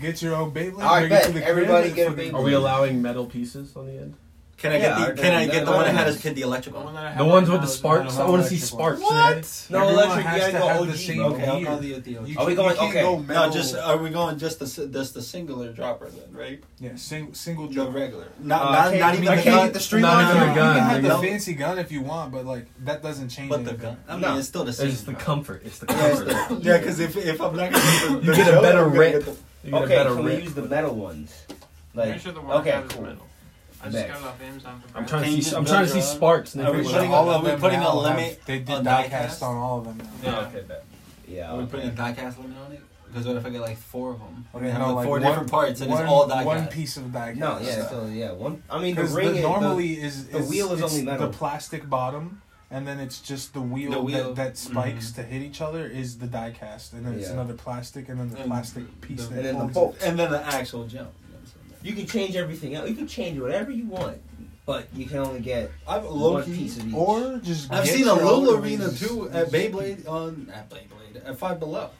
Get your own Beyblade. I bring it bet to the everybody crib, get a fucking- Beyblade. Are we allowing metal pieces on the end? Can I get Yeah, the Can I get the one that had us that- pin the electrical? one that I have The right ones now with the is I sparks. I don't want have to see electric sparks. ones. in it. No, Everyone electric, has yeah, I to go have the OG, same okay, I'll beer. call the, the You Are we can't- you going- can't okay. go No, metal- just are we going just the si- just the singular dropper then, right? yeah, sing, single The drop. regular, not Uh, not, I not can't- even I the can't gun, get the stream on. No, Not no, even no, a gun, You can have the nigga. fancy gun if you want, but like that doesn't change. but the anything. gun. I mean, No. it's still the It's same. just the gun. comfort. It's the Yeah, it's comfort. the- yeah, because if if I'm not gonna You get a better rip. rate. You get a Okay, better can we rip. use the metal ones? Make Like, sure the one I okay, have is cool. metal. I just Bet. got it off Amazon for I'm Christmas. trying Can to you see. just I'm build trying to see your own? sparks. And Are But we everyone putting else. all of a- are we them putting a now have- limit They did on diecast diecast? on all of them. now. Yeah. Okay, bet. Yeah. Are we putting a okay. diecast limit on it? Because what if I get like four of them? Okay, Okay, have no, like, like four one- different parts and one, it's all diecast. One piece of diecast. No, yeah, so yeah, one. I mean, the Because ring is normally is, the wheel is it's only metal. the plastic bottom, and then it's just the wheel, The that, wheel. that spikes to hit each other is the die cast, and then it's Yeah. another plastic, and then the And plastic piece the- that and then the holds bolt. and then the actual jump. you know what I'm saying? You can change everything out. You can change whatever you want, but you can only get I've one piece of it. each. Or just I've get seen a your little own arena rings. too at Beyblade on at Beyblade at Five Below.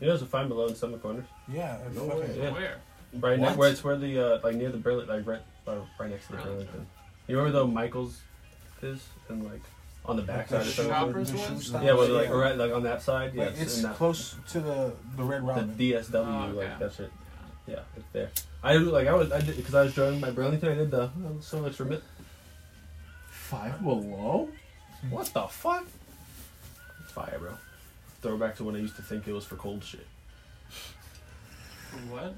You guys will find below in some corners. Yeah, No fuck way. it. Yeah. Where? Right What? next, where it's where the uh, like near the Burlington, like right, uh, right next to the Burlington. You remember the Michaels is and like on the back The side or shoe- something. Shoppers the shoe ones? stop. Yeah, well, like Yeah. right, like on that side. Yeah, Like, it's in that, close to the the Red the Robin. DSW, Oh, okay. like that's it. Yeah, it's there. I do- like I was I did because I was drawing my Burlington. I did the oh, so much remit. Five below. What the fuck? Fire, bro. Throwback to when I used to think it was for cold shit. What?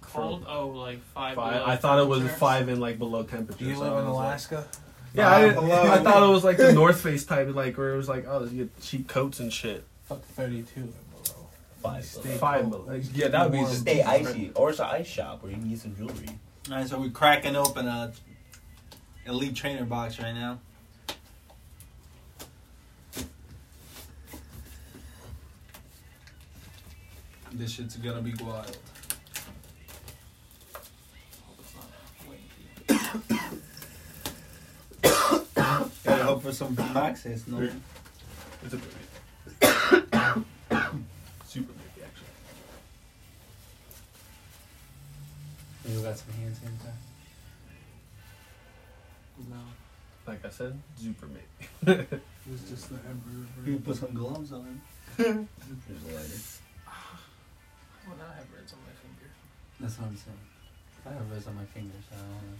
Cold? Oh, like five. Five, below I thought it was temperatures? five in like below temperature. Do you so live I in was like- Alaska? Yeah, I, Five didn't, below. I thought it was like the North Face type, like where it was like, oh, you get cheap coats and shit. Fuck thirty two and below. Five Stay below. Five cold. below. Yeah, that would be Warm. just- Stay icy, or it's an ice shop where you can get some jewelry. All right, so we're cracking open a elite trainer box right now. This shit's gonna be wild. Hope it's not winky. Gotta hope for some boxes. No, It's a big. Super big, actually. you got some hand sanitizer. No. Like I said, super big. It was just the You Emperor. put some gloves on. There's a lighter. Well, now I have reds on my finger. That's what I'm saying. I have res on my fingers. I don't wanna.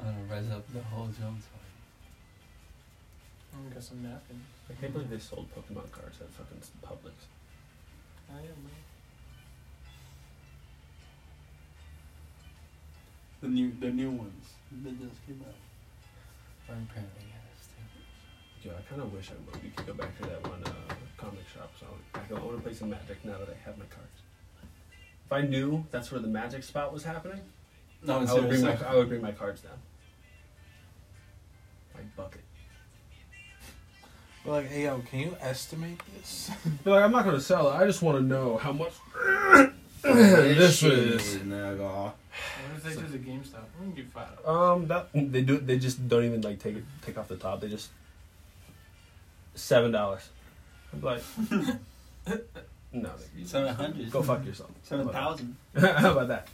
I don't res up the whole Jones I got some napkins. I can't believe they sold Pokemon cards at fucking Publix. I am. bro. The new, the new ones that just came out. I'm apparently yes. Dude, I kind of wish I would. We could go back to that one uh, comic shop. So I go, I want to play some Magic now that I have my cards. If I knew that's where the Magic spot was happening, No, I would bring my I would bring my cards down. Like bucket. Like, hey yo, can you estimate this? But like, I'm not gonna sell it. I just want to know how much. this This is is- nigga. What if they do the GameStop? We can do five. Um, that they do. They just don't even like take it, take off the top. They just seven dollars. I'm like, no, nigga, Seven hundred. go fuck yourself. Seven thousand. how about that?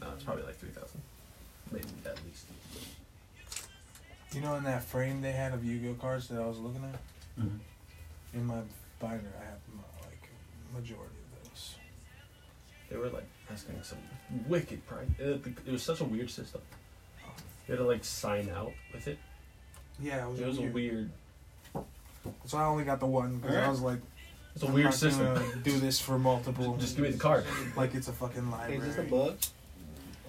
No, it's probably like three thousand, maybe at least. You know, in that frame they had of Yu-Gi-Oh cards that I was looking at. Mm-hmm. In my binder, I have my, like majority of those. They were like asking some wicked price. It, it was such a weird system. You had to like sign out with it. Yeah, it was, It was a weird. weird. So I only got the one because I Alright. was like, It's a I'm weird not system. gonna do this for multiple. Just give me the card. like it's a fucking library. Is this a book?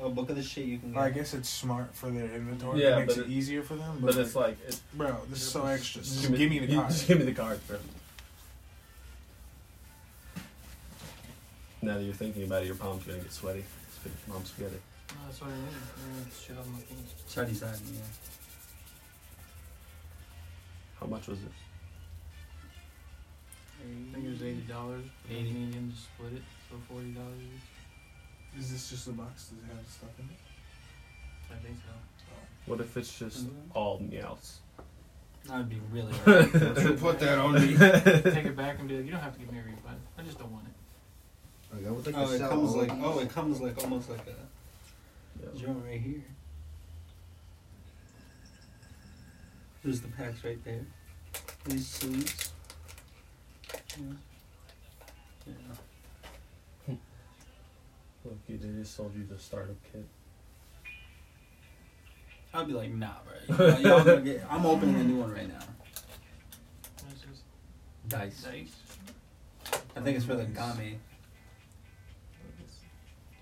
A book of the shit you can get. I guess it's smart for their inventory. it Yeah, makes but it it- easier for them. But, But it's like it, bro, this is so extra. Just Gimme- give me the you- card. Just give me the card, bro. Now that you're thinking about it, your palm's gonna get sweaty. Let's put your palms together. No, that's what I need. I need shit on my fingers. Sorry, sorry, yeah. How much was it? I think it was eighty dollars. Eighty. Me and him just split it, so forty dollars each. Is this just a box? Does it have stuff in it? Oh, I think so. What if it's just Mm-hmm. Mhm. all meows? That would be really hard. Don't you put that on Oh, me. Take it back and be like, you don't have to give me a refund. I just don't want it. I would like to oh, it sell comes all like these. oh, it comes like almost like a drum right here. There's the packs right there. These sleeves. Yeah. Yeah. Look, they just sold you the startup kit. I'd be like, nah, bro. Y'all, y'all gonna get, I'm opening a new one right now. It's just Dice. dice. I think it's for the Gami.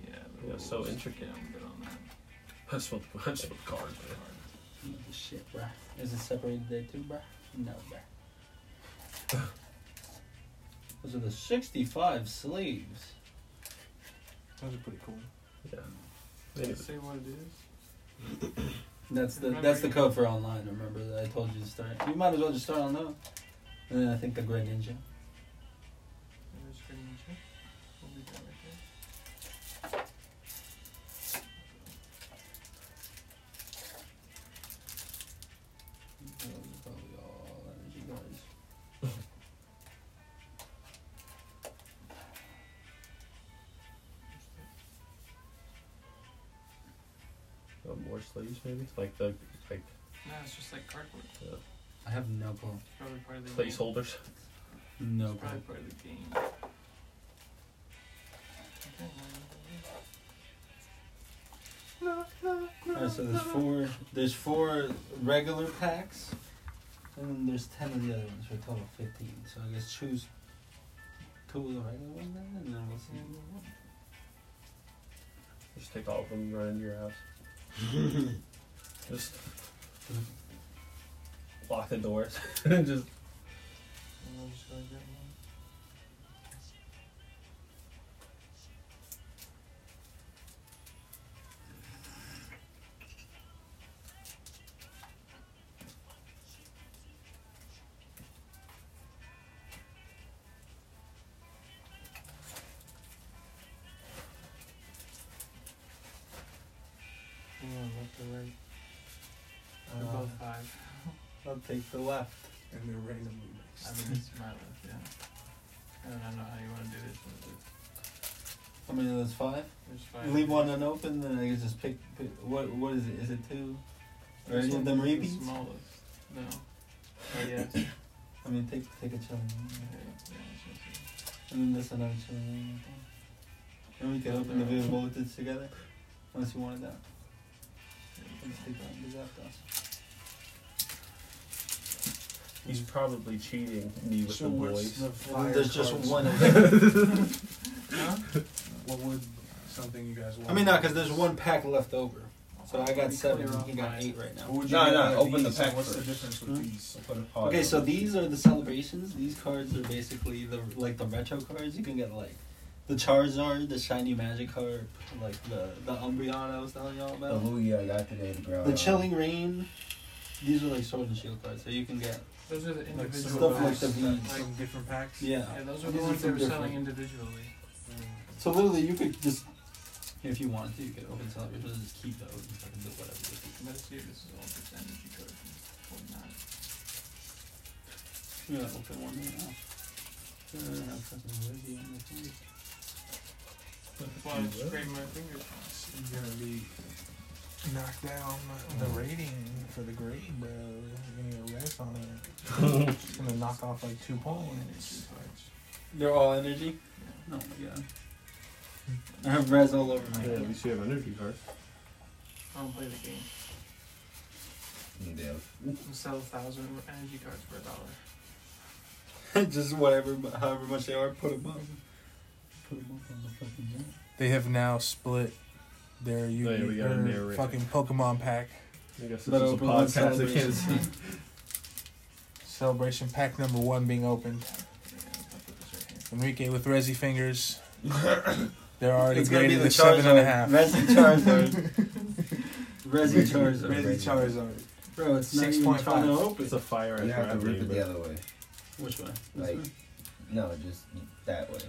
Yeah, the Yeah, rules. so intricate. Yeah, I'm good on that. That's what that's what cards, man. Shit, bro. Is it separated there too, bro? No, bro. Those are the 65 sleeves. Those are pretty cool. Yeah. They need Say what it is. That's the that's the code for online. Remember that I told you to start. You might as well just start on that. And then I think the Grey Ninja. And it's green and shit. We'll be done right there. Those are probably all energy guys. uh, more sleeves, maybe. Like the like No, it's just like cardboard. It's I have no clue. probably part of the game. placeholders. No It's probably clue. part of the game. Alright, so there's four there's four regular packs. And then there's ten of the other ones for a total of fifteen. So I guess choose two of the regular ones then and then we'll see. Just take all of them and run into your house. just lock the doors and just And we'll just go and get one. Yeah, left or right. They're Uh, both five. I'll take the left. And they're randomly I mixed. mean, it's my left, yeah. I don't know how you want to do this. but it's- How many of those five? There's five. Leave one unopened, then I guess just pick, pick. What what is it? Is it two? Or This any of one's them the repeats? smallest. No. Oh, yes. Okay, I mean, take take a chili, yeah, it's okay. and then this another chili. And then we could open the visible with this together, unless you wanted that. Let's take that. Give that to us. he's probably cheating me with So the what's boys. the fire There's just cards? one. of them. What would something you guys want? I mean, no, because there's one pack left over. So I got Be seven. clear on He got mine. eight right now. What would you No, get no, out of open the these and pack What's the first. difference with Hmm? these? Put a pod Okay, on so it. these are the celebrations. These cards are basically the like the retro cards. You can get like the Charizard, the shiny Magikarp, like the the Umbreon I was telling y'all The about, Lugia I got today, the ground. the Chilling Rain. These are like Sword and Shield cards, so you can get Those are the Like individual. some Stuff like packs, the like beads. some different packs. Mm. yeah. Yeah, those are the These ones they some were selling different- individually. So literally, you could just if you wanted to, you could open celebrations and just keep those and fucking do whatever. with Let's see if this is all percentage you could or not. it. You're gonna open one right now. Uh, I'm fucking with you on this one. That's why I scraped my fingers. You're gonna be knocked down the rating for the grade, bro. You're gonna get rest on it. It's gonna knock off like two points. They're all energy. Yeah. No, yeah. I have res all over my at head. least you have energy cards. I don't play the game. Yeah. I'll sell a thousand energy cards for a dollar. just whatever, however much they are, put them up. Put them up on the fucking wall. They have now split their yeah, we gotta their narrate. fucking Pokemon pack I guess this Better is a open one podcast that can't celebration. see. celebration pack number one being opened. Enrique with Resi fingers. They're already It's gonna be graded the at seven and a Charizard. half. Resi Charizard. Resi Charizard. Resi Charizard. Bro, it's not even 6.5. trying to open. It's a fire You and have to crap rip game. it the but- other way. Which one? This Like, one? no, just that way.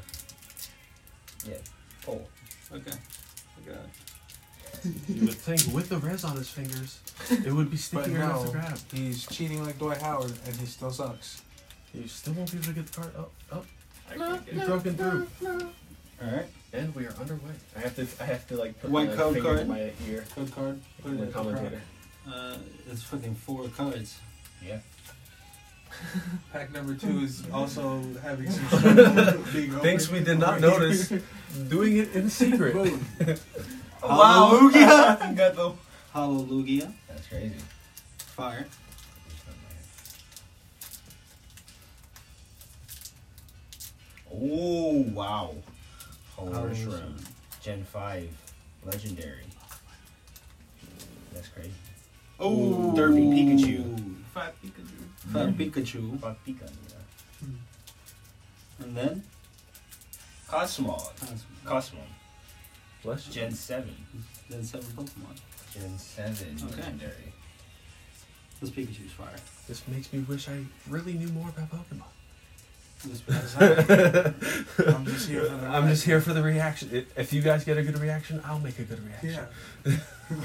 Yeah, pull. Okay. I got it. You would think with the res on his fingers, it would be But sticky enough to no, grab. he's cheating like Dwight Howard, and he still sucks. You still won't be able to get the card up, up. I can't get You've broken through, Alright. and we are underway. I have to, I have to like put White my coat finger card? in my ear. Code card. Put it The in the commentator. card. Uh, it's fucking four cards. Yeah. Pack number two is also having some trouble being open. Things we did not notice. Doing it in secret. Boom. Oh, Hallelujah. Got the. Hallelujah. That's crazy. Fire. Oh wow! Polar Halloween. Shroom, Gen Five, Legendary. That's crazy. Oh, Derpy Pikachu. Fat Pikachu. Fat Pikachu. Fuck Pika. yeah. And then? Cosmog, Cosmo, Bless you. Gen Seven, Then seven Pokemon. Gen Seven, Okay. Legendary. This Pikachu's fire. This makes me wish I really knew more about Pokemon. This I'm just here for the I'm just here for the reaction. If- If you guys get a good reaction, I'll make a good reaction. Yeah.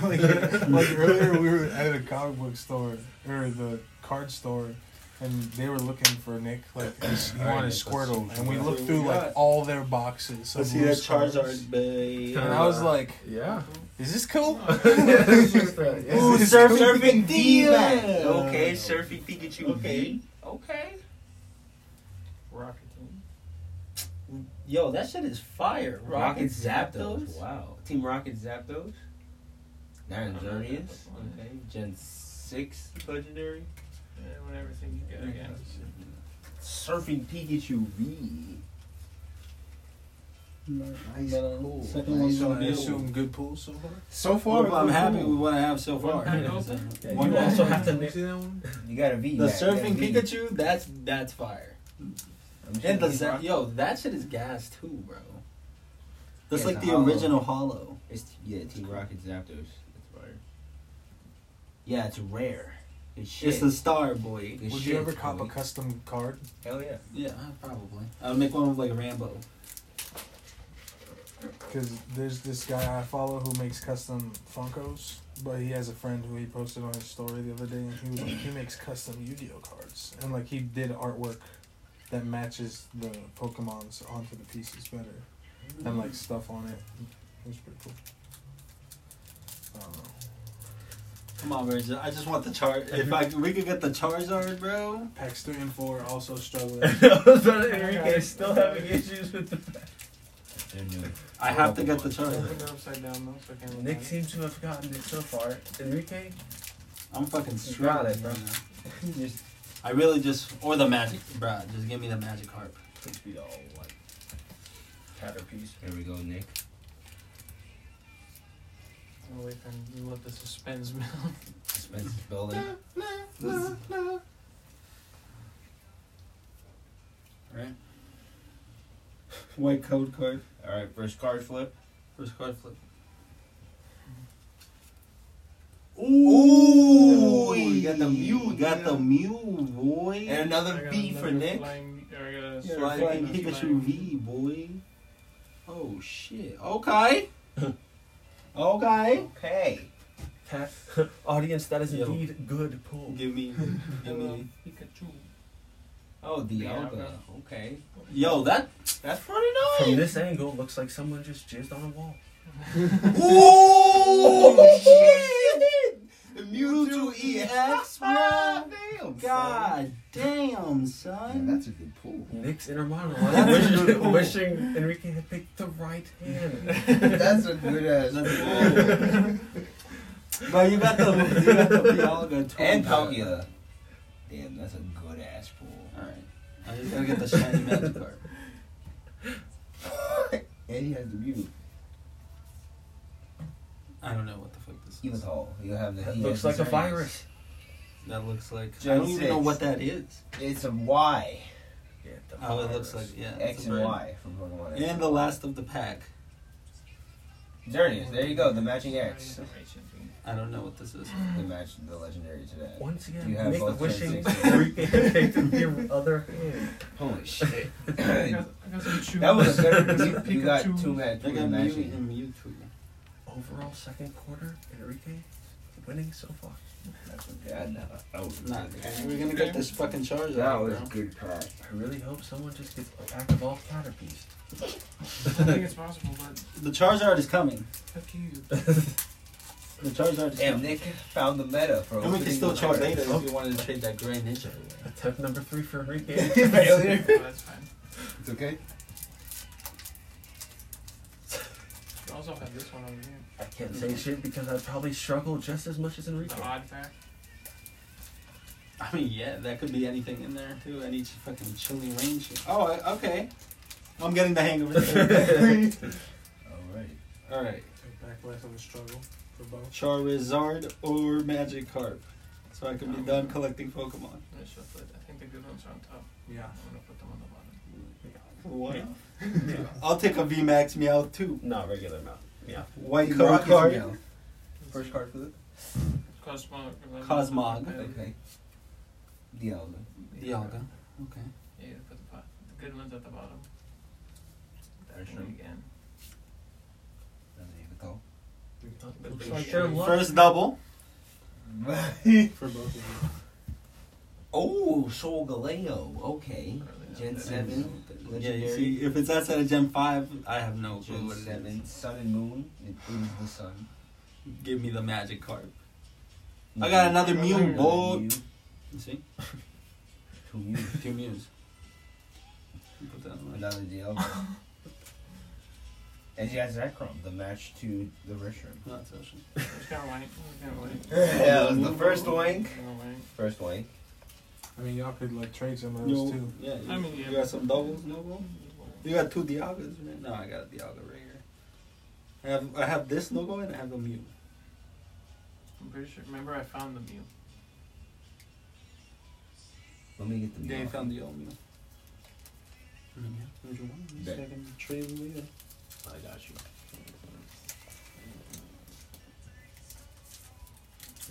like, like earlier, we were at a comic book store or the card store, and they were looking for Nick. Like he All right, wanted Nick, Squirtle, let's- and we let's looked see what through we like got. all their boxes. Let's of see that loose cards. Charizard, Uh, baby. And I was like, Yeah. "Is this cool?" Ooh, Ooh, It's surf, surf- surfing D-Mac. D-Mac. Okay, Surfy Pikachu. Okay. Okay. Rocketing. Yo, that shit is fire. Rocket Rocket Zapdos. Zapdos. Wow. Team Rocket Zapdos. Naranjorius. Okay. Okay. Gen 6 Legendary. Yeah, whatever thing you go again. Surfing Pikachu V. Nice. Cool. Second one's So gonna I be assume good pool so far. So far, Well, I'm we're happy cool. with what I have so far. One kind of open. So- Yeah, One you more. also have to. See that one? You got a V. The Mac, you got a surfing V. Pikachu, that's that's fire. I'm sure And the he's Zap- rock- yo, that shit is gas too, bro. That's Yeah, like it's the hollow. original Hollow. It's, yeah, Team Rocket Zapdos. That's fire. Yeah, it's rare. Good shit. It's the Star Boy. Good Would shit, you ever cop a boy. custom card? Hell yeah. Yeah, probably. I would make one with like Rambo. Because there's this guy I follow who makes custom Funkos, but he has a friend who he posted on his story the other day, and he was like, he makes custom Yu-Gi-Oh cards, and like he did artwork that matches the Pokemon's onto the pieces better, and like stuff on it. It was pretty cool. I don't know. Come on, bro. ju- I just want the char. If I we could get the Charizard, bro. Packs three and four also struggling. Enrique's still having issues with the. They're new. I have to get the Open it Charizard. upside down though, so I can't. look Nick at it. seems to have forgotten it so far. Enrique, I'm fucking You got it, struggling, bro. bro. Just I really just or the Magic, bro. Just give me the Magic Harp. could be all like. Caterpies. Here we go, Nick. I'm gonna wait for him to let the suspense build. Suspense is building. Right. White code card. All right, first card flip. First card flip. Ooh, you got the Mew, you got the Mew, boy. And I another got B for another Nick. Flying, or I got a Yeah, surfing like flying Pikachu V, boy. Oh shit. Okay. okay. Okay. Cat. Audience, that is Yo. indeed good pool. Give me, give me. Pikachu. Oh, Dialga. Dialga. Okay. Yo, that that's pretty From nice. this angle, it looks like someone just jizzed on a wall. Oh, Ooh shit! Oh, Mewtwo E EX, bro. Damn. God damn, son. Man, that's a good pool. Nick's inner That's monologue. wishing, good pool. wishing Enrique had picked the right hand. that's a good ass. But you got the you got the Dialga too. And Palkia. Damn, that's a good ass pool. Alright. I just gotta get the shiny magic card. And he has the Mew. I don't know what the fuck this He was all. He'll have the. That he looks has like a the virus. That looks like Gen I don't even know six. what that is. Xerneas. It's a Y. Yeah, the Oh, it virus. looks like yeah. it's X a and bird. Y from Pokemon. And the last of the pack. Xerneas. There you go. The matching X. I don't know what this is. The match. The legendary to that. Once again, You have Nick both wishing hands. Enrique had picked the other hand. Holy shit. I that got, I got some chew. was a good. Some You, you got Pikachus. two match. I Two got Mew matching. and Mewtwo. Overall, second quarter, Enrique winning so far. That's a good. That was Nah, good. we're gonna get this fucking Charizard, That bro. was a good pack. I really hope someone just gets a pack of all caterpies. I don't think it's possible, but The Charizard is coming. fuck you. The Charizard is Damn, Nick found the meta for. And we can opening still the trade cards. later if Oh, you wanted to trade that gray ninja. Attempt number three for a regain. Failure. Oh, that's fine. It's okay. You also have this one over here. I can't say shit because I probably struggle just as much as Enrique. The odd fact. I mean, yeah, that could be anything in there too. Any ch- fucking chilly rain shit. Oh, I- okay. I'm getting the hang of it. All right. All right, Take back life of a struggle for both. Charizard or Magikarp, so I can be done collecting Pokemon. I'm gonna shuffle it. I think the good ones are on top. Yeah. I'm gonna put them on the bottom. What? I'll take a VMAX Meow too. Not regular amount. Yeah. White You coat rock card. it now. First card for the. Cosmog. Cosmog. Yeah, Okay. Dialga. Dialga. Okay. you put the, pot. the good ones at the bottom. That Very one true. again. That ain't even called. Looks like they're lucky. First double. For both of oh, Sol Galeo. Okay. Probably Gen not. seven. Yeah, Legendary. you see, if it's outside of Gen 5, I have no clue Gen what it is. seven. Sun and Moon. It is the sun. Give me the magic card. I got another Mew, boy. Mew. You see? Two Mew. Two Mews. Put that on my- Another Dialga. And she has Zekrom, the match to the Rishram. Not session. I'm just gonna wait. I'm just gonna wait. Yeah, that was the first I'm wank. gonna wait. First wank. I mean, y'all could like trade some of those You, too. yeah, you, I mean, yeah. you got some doubles, no go? You got two Dialgas, man. No, I got a Dialga right here. I have I have this no go and I have a Mew. I'm pretty sure. Remember, I found the Mew. Let me get the They Mew. found the old Mew. Which one? Bet. Second trade later. I got you.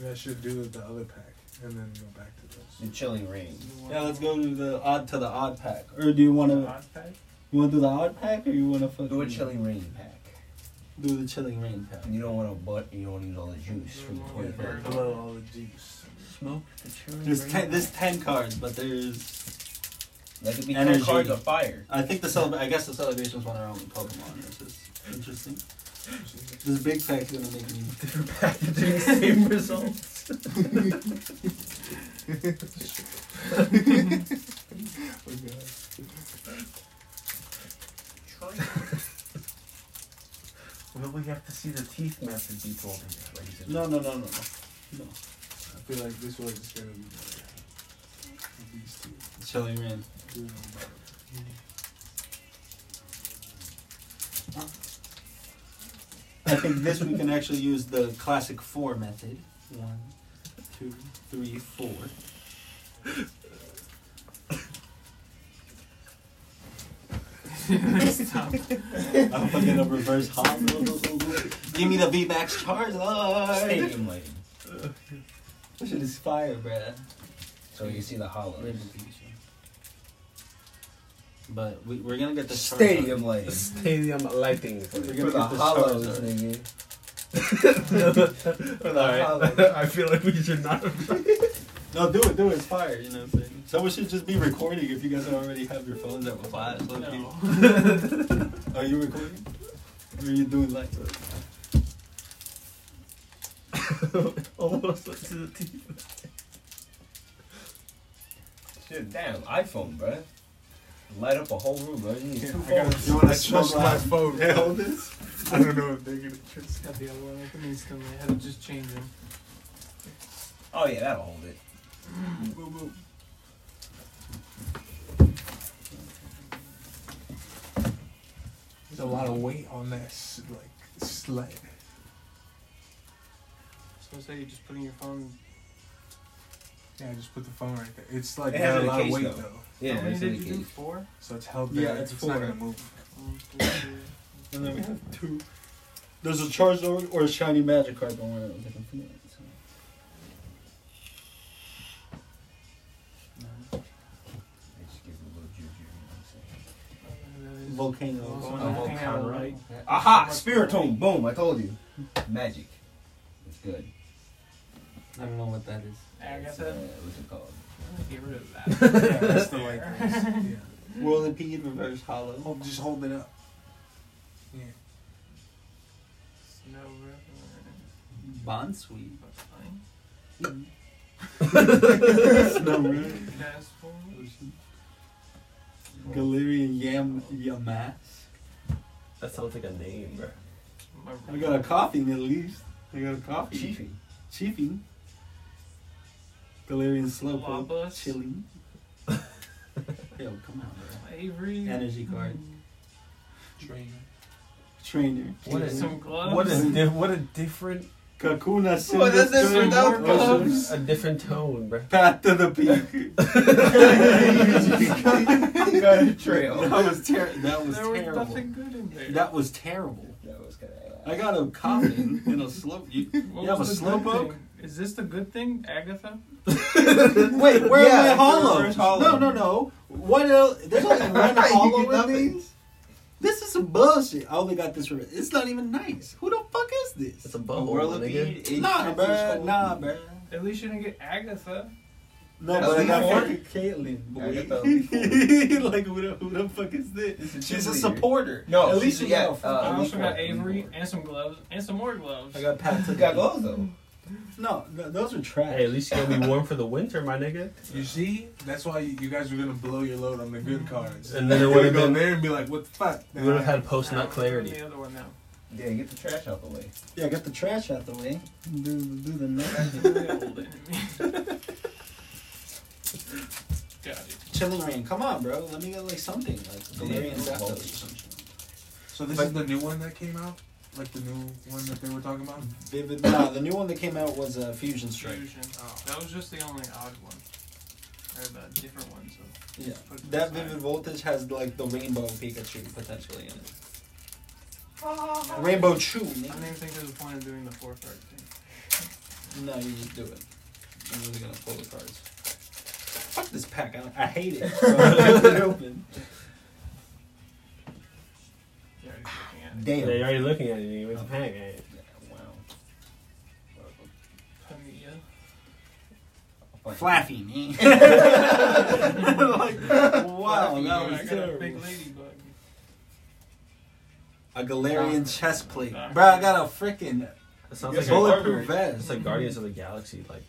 That should do the other pack, and then go back to The those. chilling rain. Yeah, let's go to the odd to the odd pack. Or do you want to Odd pack? you want to do the odd pack or you want to fucking Do a chilling rain pack. do the chilling rain pack? You don't want to butt. You don't need all the juice from the Yeah, fair toilet. enough. Blow all the juice. Smoke the children. There's ten, there's ten cards, but there's That could be Energy. ten cards of fire. I think the celebra- I guess the celebrations one are only Pokemon, which is interesting. This big pack's gonna make me different packaging, same results. Will we have to see the teeth method be told? no no no no no. No. I feel like this one's gonna be better. These two. Chilling rain. Doing them better. I think this we can actually use the classic four method. One, two, three, four. Stop. I'm fucking a reverse hop. Give me the V Max Charizard. Stadium lighting. This shit is fire, bruh. So you see the hollows. But we, we're gonna get the Charizard. Stadium lighting. Stadium lighting. We're gonna For the get the hollows, Charizard. nigga. Alright. I feel like we should not have No, do it, do it. It's fire. You know what I'm saying? Someone should just be recording if you guys already have your phones at class. No. Are you recording? Or are you doing like almost went to the teeth. Shit, damn, iPhone, bruh. Light up a whole room, bro. You need Yeah, two I gotta- phones. you wanna smash my phone? Yeah, hold this. I don't know if they're gonna trust. Got the other one. I think he's gonna have to just change him. Oh yeah, that'll hold it. There's a lot of weight on that, s- like sled. So say you're just putting your phone. Yeah, I just put the phone right there. It's like It got has a a lot of case, weight though. though. Yeah, How many it's in did the you do? case. Four. so it's held Yeah, there. it's it's not four. gonna move. One, two, three. And then we have two. There's a Charizard or a shiny magic card. Don't worry, I was looking for it. So. I just give it a little juju. You Volcano. Also, Oh, hang out Volcano, with- right? Yeah. know Aha! Spiritomb. Boom! I told you. Magic. It's good. I don't know what that is. I got It's, uh, that. what's it called? I'm gonna get rid of that. yeah, that's the way it goes. Yeah. Whirlipede Reverse Oh, Hollow. just hold it up. Yeah. Snow River. Bon sweet. That's fine. Snowman. You guys for me? Galerian Yam Yamas. That sounds like a name, bro. My I got a coughing at least. I got a coughing. Chiefy. Chiefing. Galerian Slowpoke. Lobus. Chilling. Yo, come on, bro. Avery. Energy card. Trainer. Trainer. What is Mm-hmm. Some gloves. what a di- what a different Kakuna What is this Cinder, without Jordan, gloves? Wilson. a different tone, bro. Oh, Path to the peak. you got a trail. That was, ter- that was There was terrible. nothing good in there. That was terrible. That was kind of. I got a coughing and a slow. You, What you have a was the good slowpoke? thing? Is this the good thing, Agatha? Wait, where Yeah, are my hollows? where's hollow? No, no, no. What else? There's only one You hollow got in nothing. these? This is some bullshit. I only got this for It's not even nice. Who the fuck is It's this? a butthole, nigga. Nah, bruh. Nah, bruh. At least you didn't get Agatha. No, That's but I got Leaf Order. fucking Caitlyn, boy. I got the Leaf like, who the, who the fuck is this? This is She's a cheerleader. supporter. No, at least she's- you yeah, got. a- uh, I we also got got- Avery we- and some gloves and some more gloves. I got Pat. You got gloves though. No, no, those are trash. Hey, at least you're gonna be warm for the winter, my nigga. You see, that's why you, you guys were gonna blow your load on the good cards. And then it You're would've gonna go been- there and be like, "What the fuck?" We would have had I post don't nut clarity. remember The other one now. Yeah, get the trash out the way. Yeah, I got the trash out the way. Do, do the next. The old enemy. got it. Chilling rain. Come on, bro. Let me get like something like Valerian Yeah. Zapdos or something. So this is the new one that came out, like the new one that they were talking about. Vivid. Nah, the new one that came out was uh, Fusion Strike. Fusion. That was just the only odd one. Or the different one, so. Yeah. Put it That aside. Vivid Voltage has like the Rainbow Pikachu potentially in it. Rainbow Chew. I nigga. don't even think there's a point in doing the four card thing. No, you just do it. I'm really gonna pull the cards. Fuck this pack. I, I hate it. So I kept it open. Yeah, you're looking at it. Yeah, Damn. you're already looking at it. You went to panic. eh? Yeah, wow. Fuck. Tamiya. Flaffy, man. like, wow, that Fluffy, dude, was I got a big terrible. ladybug. A Galarian chest plate. Doctor. Bro, I got a freaking That sounds Yes, like all a, I- bulletproof it's vest. like Guardians of the Galaxy. Like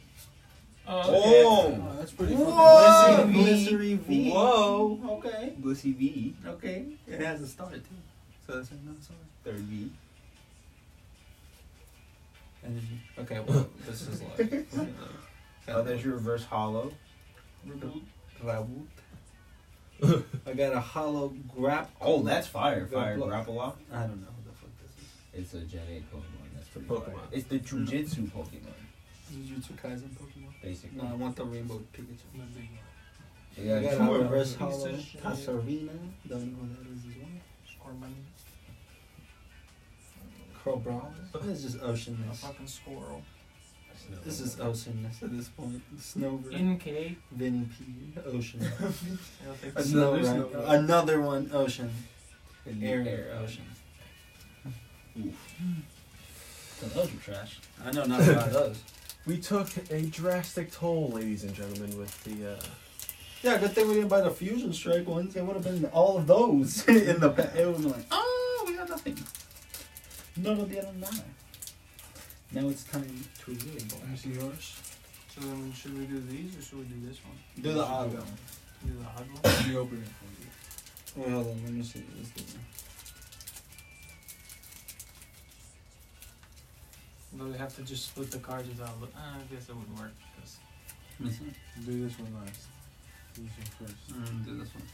Oh, that's pretty Whoa! fucking Glycery V. Whoa. Okay. Glissy V. Okay. It has a star too. So that's another star. Third V. Energy. Okay, well, this is like. Oh, there's your reverse hollow. Raboot. I got a hollow grap. Oh, that's fire. The Fire block. Grappaloff. I don't know who the fuck this is. It's a Gen 8 Pokemon. That's pretty Pokemon. fire. It's the Jujitsu Pokemon, Jujutsu Kaisen Pokemon. basically. No, I want the rainbow Pikachu. my big one. They got I got two a of reverse them. Piece of hollow. shit. Passerina. Don't know who that is as well. Or money. Crow Brawl. This is just A oceanness. fucking squirrel. This is oceanness at this point. Snowbird. NK. Vinny P. Ocean. It'll take Another, snow, one- snow. another one. Ocean. In the Air. air. uh, Ocean. So those are trash. I know nothing about those. we took a drastic toll, ladies and gentlemen, with the. Uh, Yeah, good thing we didn't buy the Fusion Strike ones. It would have been all of those in the pack. It would have been like, oh, we got nothing. None of the other nine. Now it's time to really go Let me after. see yours. So then should we do these or should we do this one? Do the odd one. Do the odd one? Let me open it for you. Wait, hold on. Let me see. Let's do one. But we have to just split the cards without look. Uh, I guess it would work. 'cause- Do this one last. Do this one first. Mm, do this one.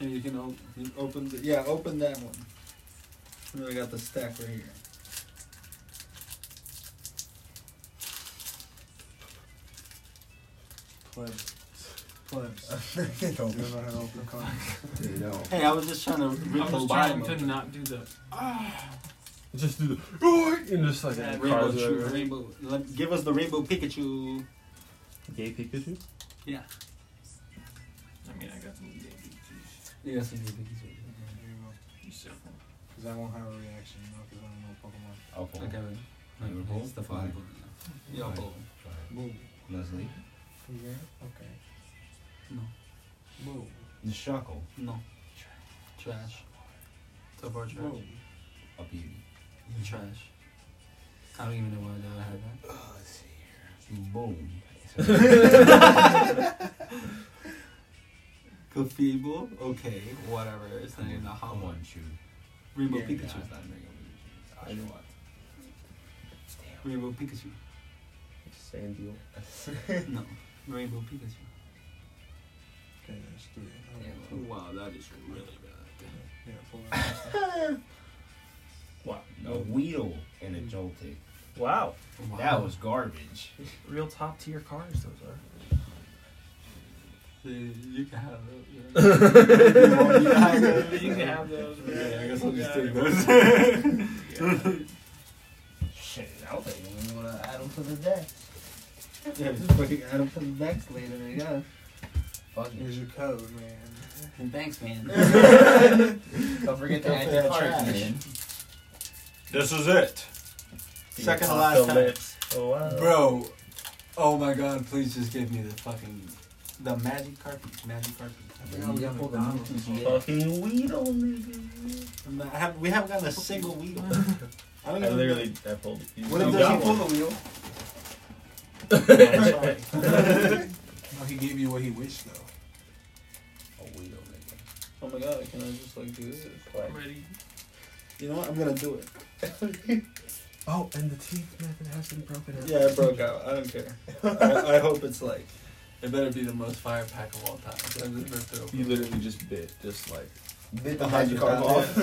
And you can open, open the, yeah, open that one. And I got the stack right here. Plebs. Plebs. you don't know how to open cards. There you go. Hey, I was just trying to I was trying to not do the. just do the. And just uh, like. Yeah, cars Rainbow, Chew- everywhere. rainbow. Let, give us the rainbow Pikachu. Gay Pikachu? Yeah. I mean, I got some DABTs. Yeah, some new Pikachu. There you go. You still. Because I won't have a reaction, you know, because I don't know Pokemon. I'll pull. Okay, Oh. wait. You would hold? It's the Fine. five. Yeah, I'll pull. Fire. Boom. Leslie. Yeah. Okay. No. Boom. The Shuckle. No. Trash. So far, trash. Boom. A beauty. Trash. I don't even know why I had that. Boom. Kafeeble? Okay, whatever. It's not even a hot Come one. on, shoot. Rainbow Yeah, Pikachu. nah, it's not Rainbow Pikachu. It's I know. Oshawott. Damn. Rainbow Pikachu. Sand deal. no. Rainbow Pikachu. Okay, there's three. I Yeah, don't know. Wow, that is really bad. Yeah, four. I Wow. A Weedle and a Joltik. Wow. That was garbage. Real top tier cars, those are. Dude, you can have those. yeah. you, can have those. you can have those. Okay, I guess I'll just take those. Shit, I don't think we want to add them to the decks. yeah, just fucking add them to the next later, I guess. Fuck it. Here's your code, man. And thanks, man. Don't forget to Don't add forget your to cards, trash. man. This is it. Second to last time. Oh, wow. Bro, oh my god, please just give me the fucking the magic carpet. Magic carpet. I Yeah, forgot we you haven't pulled gotten the to Monkeys it. yet. Fucking Weedle, nigga. I'm not- I have, we haven't gotten a single wheel. I don't I even literally, I pulled you. Know. What you if got does he pull one. the wheel? I'm sorry. no, he gave you what he wished, though. A Weedle, nigga. Oh my god, can I just like do this? I'm ready. You know what? I'm gonna do it. Oh, and the teeth method has been broken out. Yeah, it broke out. I don't care. I, I hope it's like it better be the most fire pack of all time. So I'm just gonna throw it. You literally just bit, just like. Bit the magic carp off.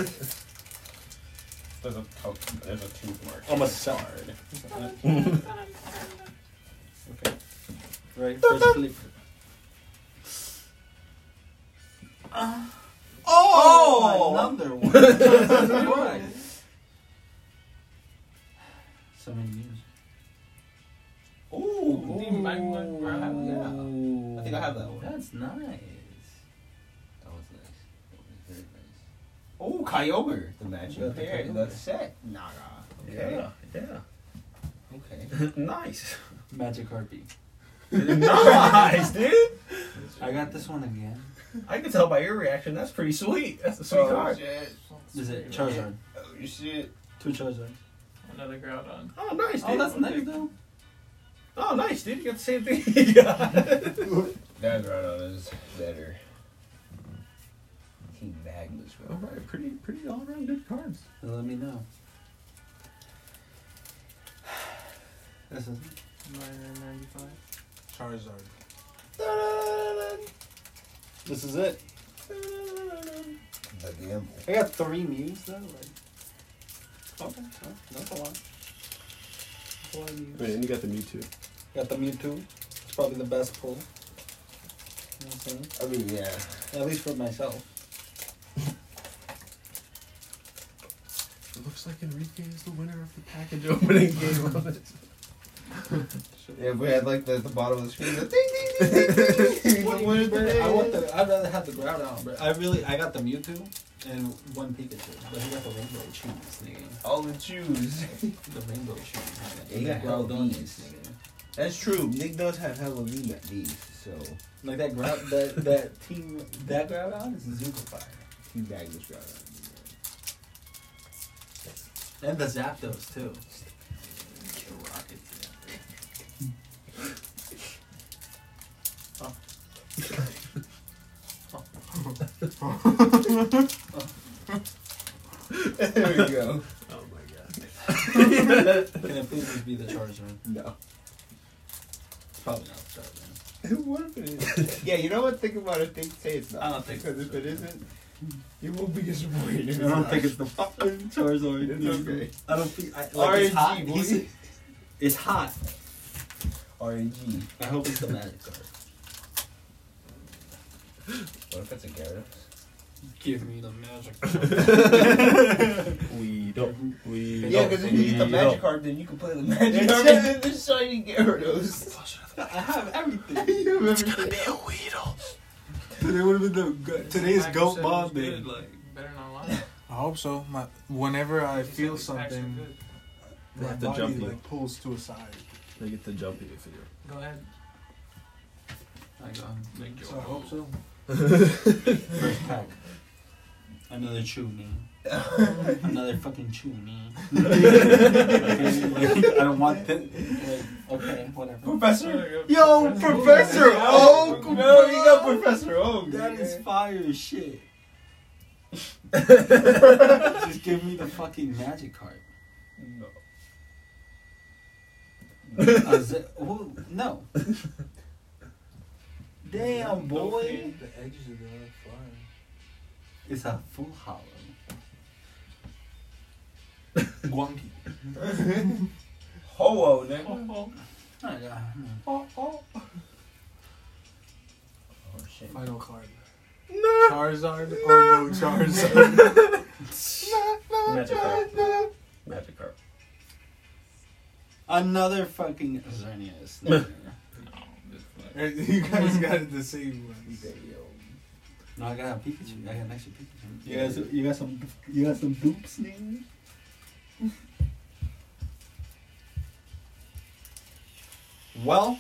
There's a, oh, there's a tooth mark. I'm a sard. okay. Ready for flip. Oh, another one. so many years. Do you mind one, bro? yeah. I think I have that one. That's nice. That was nice. That was very nice. Oh, Kyogre. The magic That's pair. Kyogre. That's set. Nah. Okay. Yeah, yeah. Okay. nice. Magic heartbeat. nice, dude. I got this one again. I can tell by your reaction. That's pretty sweet. That's a sweet card. Oh, shit. Is it Charizard? Oh, shit. Two Charizards. Another Groudon. Oh, nice, dude. Oh, that's nice though. Oh, nice, dude. You got the same thing. yeah. That right on is better. Team Magnus, bro. Alright, pretty, pretty all around good cards. Let me know. This is. Minor 95. Charizard. This is it. The gamble. I got three Mews though. Like, okay, well, that's a lot. That's a lot of Mews. Right, and you got the Mewtwo. Got the Mewtwo. It's probably the best pull. You know what I'm saying? I mean, yeah. At least for myself. It looks like Enrique is the winner of the package opening game of it. If we had like the, the bottom of the screen, the ding ding ding ding ding. ding. What do you Winner prefer? today. I want the. I'd rather have the Groudon, but I really I got the Mewtwo and one Pikachu, but he got the Rainbow Cheese, nigga. all the Jews. The Rainbow Cheese. nigga. He And got all the Groudon these. is, nigga. That's true. Nick does have hella V at these, so Like that Groud, that that team, that Groudon is a Zuko fire, Team Magnus got it. and the Zapdos too. There we go. Oh my god. Can it please just be the Charizard? No. It's probably not the Charizard. what if it is? yeah, you know what? Think about it. Think, say it's not. I don't think because if so. it isn't, you will be disappointed. if not. the fucking Charizard. It's dude. okay. I don't think. I, like, RNG, it's hot. boy. He's- It's hot. RNG. I hope it's the Magic card. What if it's a Gyarados? Give me the Magic. We don't. We Yeah, because if you get the magic card, then you can play the magic card Yeah. and the shiny Gyarados. I have everything. you have everything else. Today would have been the today's Package goat said it bomb was day. good, Like, better not lie. I hope so. My whenever I They said feel these packs are something, good. They my have to body jump you. like pulls to a side. They get the jumpy for you. Go ahead. I got Make your So I hope so. first pack. Another chew, man. Another fucking chew, man. Professor, I don't want that. Like, okay, whatever. yo, Professor Oak. No, you got Professor Oak. That is fire as shit. Just give me the fucking magic card. No. Uh, Z- who- no. Damn, boy. The edges of the fire. It's a full hollow. Wonky. Ho-oh, nigga. Oh, yeah. Oh shit. Final card. No. Charizard or Oh, Oh, no Charizard? Magic carp. Magic carp. Another fucking Xerneas. no, you guys got it the same ones. I got a Pikachu. I got an extra Pikachu. You got some, you got some, you got some dupes, nigga. Well,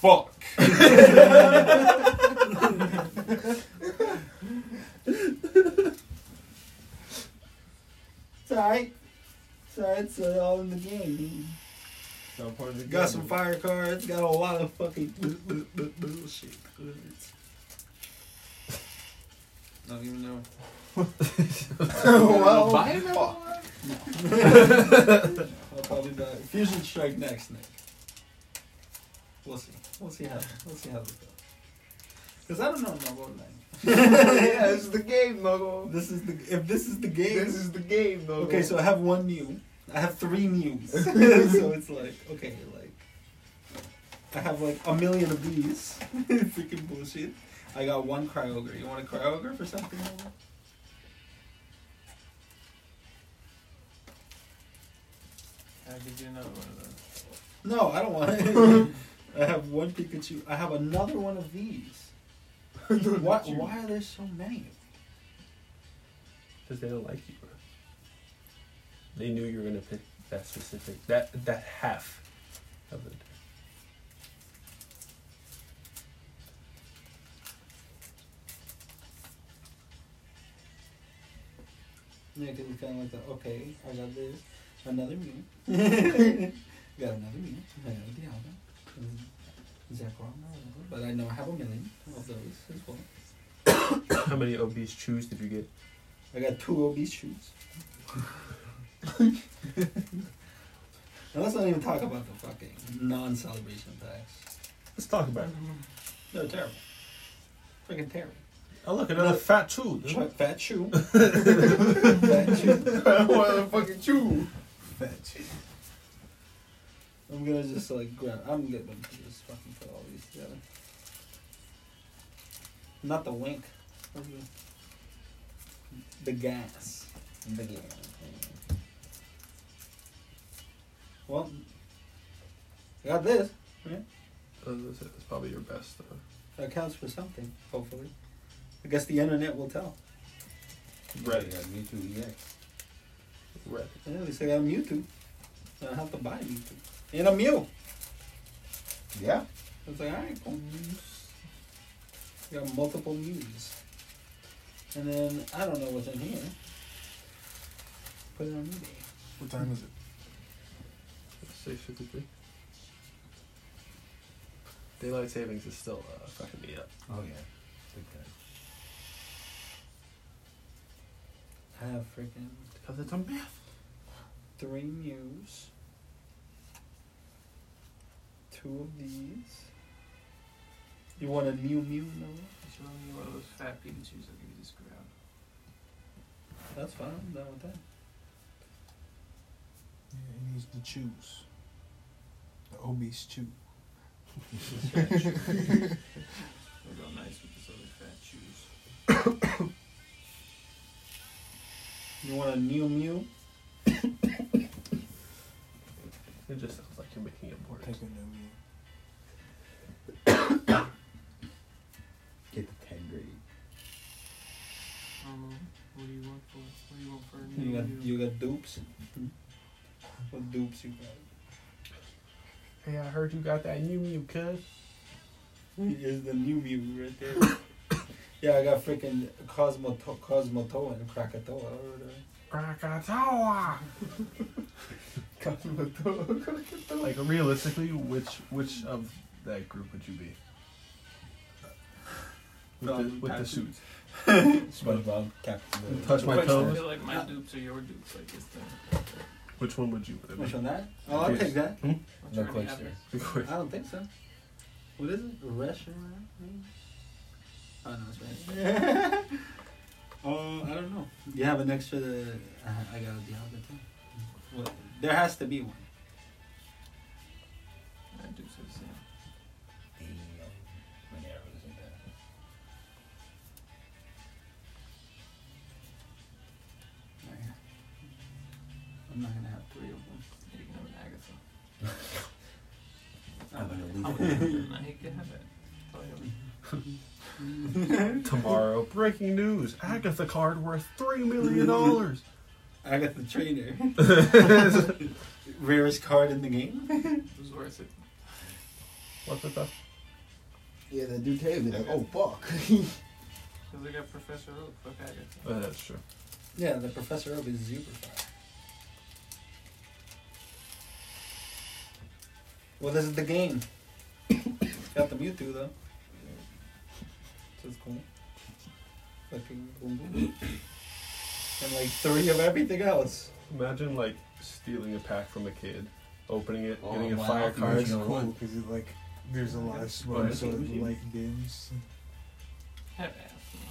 Fuck. it's alright. It's alright. It's uh, all in the game. So part of the Got game. some fire cards. Got a lot of fucking bullshit cards. Don't even know. well, Buy I'll probably die. Fusion Strike next, Nick. We'll see. We'll see how. We'll see how this goes. Because I don't know Nogo yeah, this is the game, Nuggle. This is the if this is the game. This is the game, Nuggle. okay, so I have one new. I have three news. so it's like okay, like I have like a million of these. Freaking bullshit. I got one Kyogre. You want a Kyogre for something? Nogo? I could do another one of those. No, I don't want it. I have one Pikachu. I have another one of these. why, why are there so many? Because they don't like you, bro. They knew you were gonna pick that specific that that half of it. Yeah, because it's kind of like the okay, I got this, another Mew, got another Mew, another Dialga, and Zekrom, but Uh, I know I have a million of those as well. How many obese chews did you get? I got two obese shoes. now let's not even talk about the fucking non-celebration packs. Let's talk about it. They're terrible. Freaking terrible. Oh look, another fat chew. dude. Try fat shoe. fat shoe. Why the fucking chew? I'm gonna just like grab. I'm gonna just fucking put all these together. Not the wink. The gas. The gas. Well, I got this. Oh, that's, that's probably your best. Uh, That counts for something, hopefully. I guess the internet will tell. Right. Reddit. Yeah, me too. Yeah. Reddit. Yeah, at least I got a Mewtwo. I don't have to buy a Mewtwo. And a Mew. Yeah. It's like, alright, cool. You got multiple Mews. And then, I don't know what's in here. Put it on eBay. What time is it? Let's say 53. Daylight savings is still uh, fucking me up. Oh yeah. Big time. I have freaking Because it's a myth. three Mews. Two of these. You want a Mew Mew? No? Just run me one of those fat Pikachu's that give you this ground. That's fine. I'm done with that. Yeah, he needs to choose. The obese chew. It'll go nice with this other fat shoes. You want a Mew Mew? It just sounds like you're making it worse. Take a new Mew. Get the ten grade. Um, what do you want for? What do you want for? a You new got, you? you got dupes? What dupes you got? Hey, I heard you got that new Mew, cuz. Is the new Mew right there. Yeah, I got freaking Cosmoto- Cosmotoa and Krakatoa. or whatever. Krakatoa! Like realistically, which which of that group would you be? With the, Um, with the Patrick. suit. SpongeBob, Captain America. Touch my Which I toes. feel like my dupes are your dupes. Like it's the. Which one would you? Would Which it one that? Oh, I'll take that. what's No already cloaks happened. there. be? Quick. I don't think so. What is it? Restaurant? Oh no, it's right. Oh, I don't know. You have an extra. Uh, I got a Diablo too. Well, there has to be one. My dupes are the same. The, um, my arrow isn't bad. I'm not gonna have three of them. You can have an Agatha. I'm gonna leave I it. wouldn't. I could have it. Probably have it. Tomorrow, breaking news: Agatha card worth three million dollars. I got the trainer. Rarest card in the game. It was worth it. what the fuck? Yeah, that dude came like, oh fuck. Cause I got Professor Oak. Fuck Agatha. Uh, that's true. Yeah, the Professor Oak is super fire. Well, this is the game. got the Mewtwo though. So it's cool. Fucking boom boom. And like three of everything else. Imagine like stealing a pack from a kid, opening it, Oh, getting a wow. fire card. It's Original cool one. because like there's a lot of smoke, Right. so the light dims. Have asthma.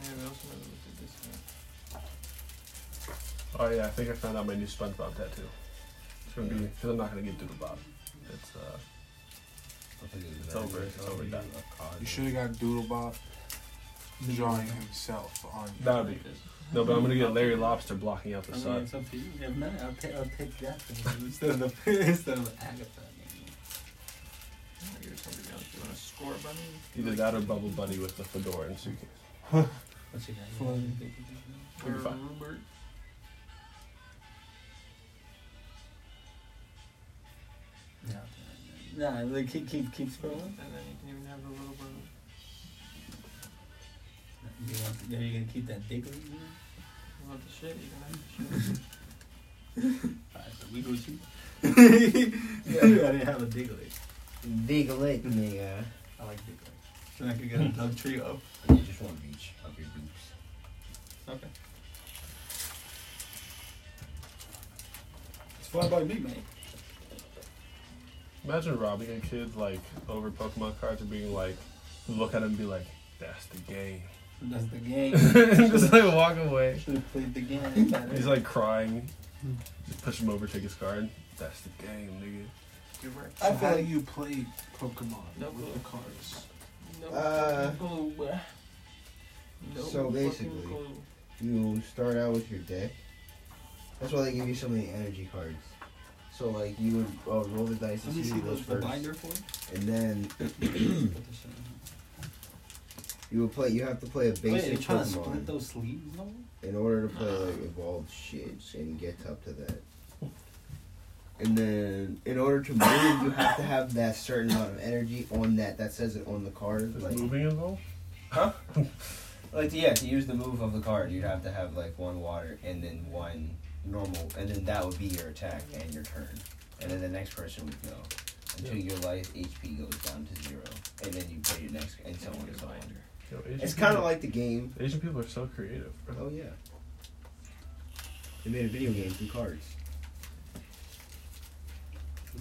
Yeah, we also never looked at this one. Oh yeah, I think I found out my new SpongeBob tattoo. It's gonna be because I'm not gonna get Doodle Bob. It's uh, It's over, it's over, done. You should have got Doodlebop drawing himself on you. that would be no, but I'm gonna get Larry Lobster blocking out the I mean, sun. it's up to you. If not, I'll, ta- I'll take that thing instead of the instead of Agatha. Oh, you're somebody else. You want a score bunny? Either that or Bubble Buddy with the fedora and suitcase. What's your Fun. We'll be Or fine. Rupert? No, nah, like, keep keep keep scrolling. And then you can even have a little bunny. You want, are you gonna keep that dick? with you? You want the shit? You can have the shit. Alright, so we go shoot. yeah, I didn't have a Diglett. Big lick, nigga. I like Diglett. Then I could get a Doug Trio. You just want to reach up your boobs. Okay. It's fine by me, mate. Imagine robbing a kid like over Pokemon cards and being like, look at him and be like, that's the game. That's the game. and just like walk away. Should have played the game. better. He's like crying. Just push him over, take his card. That's the game, You're right. So I feel how do like- you play Pokemon No with clue. the cards? No Uh, fucking clue. No so fucking basically- clue. You start out with your deck. That's why they give you so many energy cards. So like you would uh, roll the dice Let and me see see who goes those the first, binder for you. and then Put this in. you would play. You have to play a Wait, you're basic trying to split Pokemon those sleeves, no? in order to play like evolved shit and get up to that. And then in order to move, you have to have that certain amount of energy on that. That says it on the card. nigga. Is Like moving involved? Like yeah, to use the move of the card, you'd have to have like one water and then one normal, and then that would be your attack and your turn, and then the next person would go until your life HP goes down to zero, and then you play your next and so on and so on. Yo, Asian It's kind of people- like the game. Asian people are so creative, bro. Oh yeah, they made a video game through cards.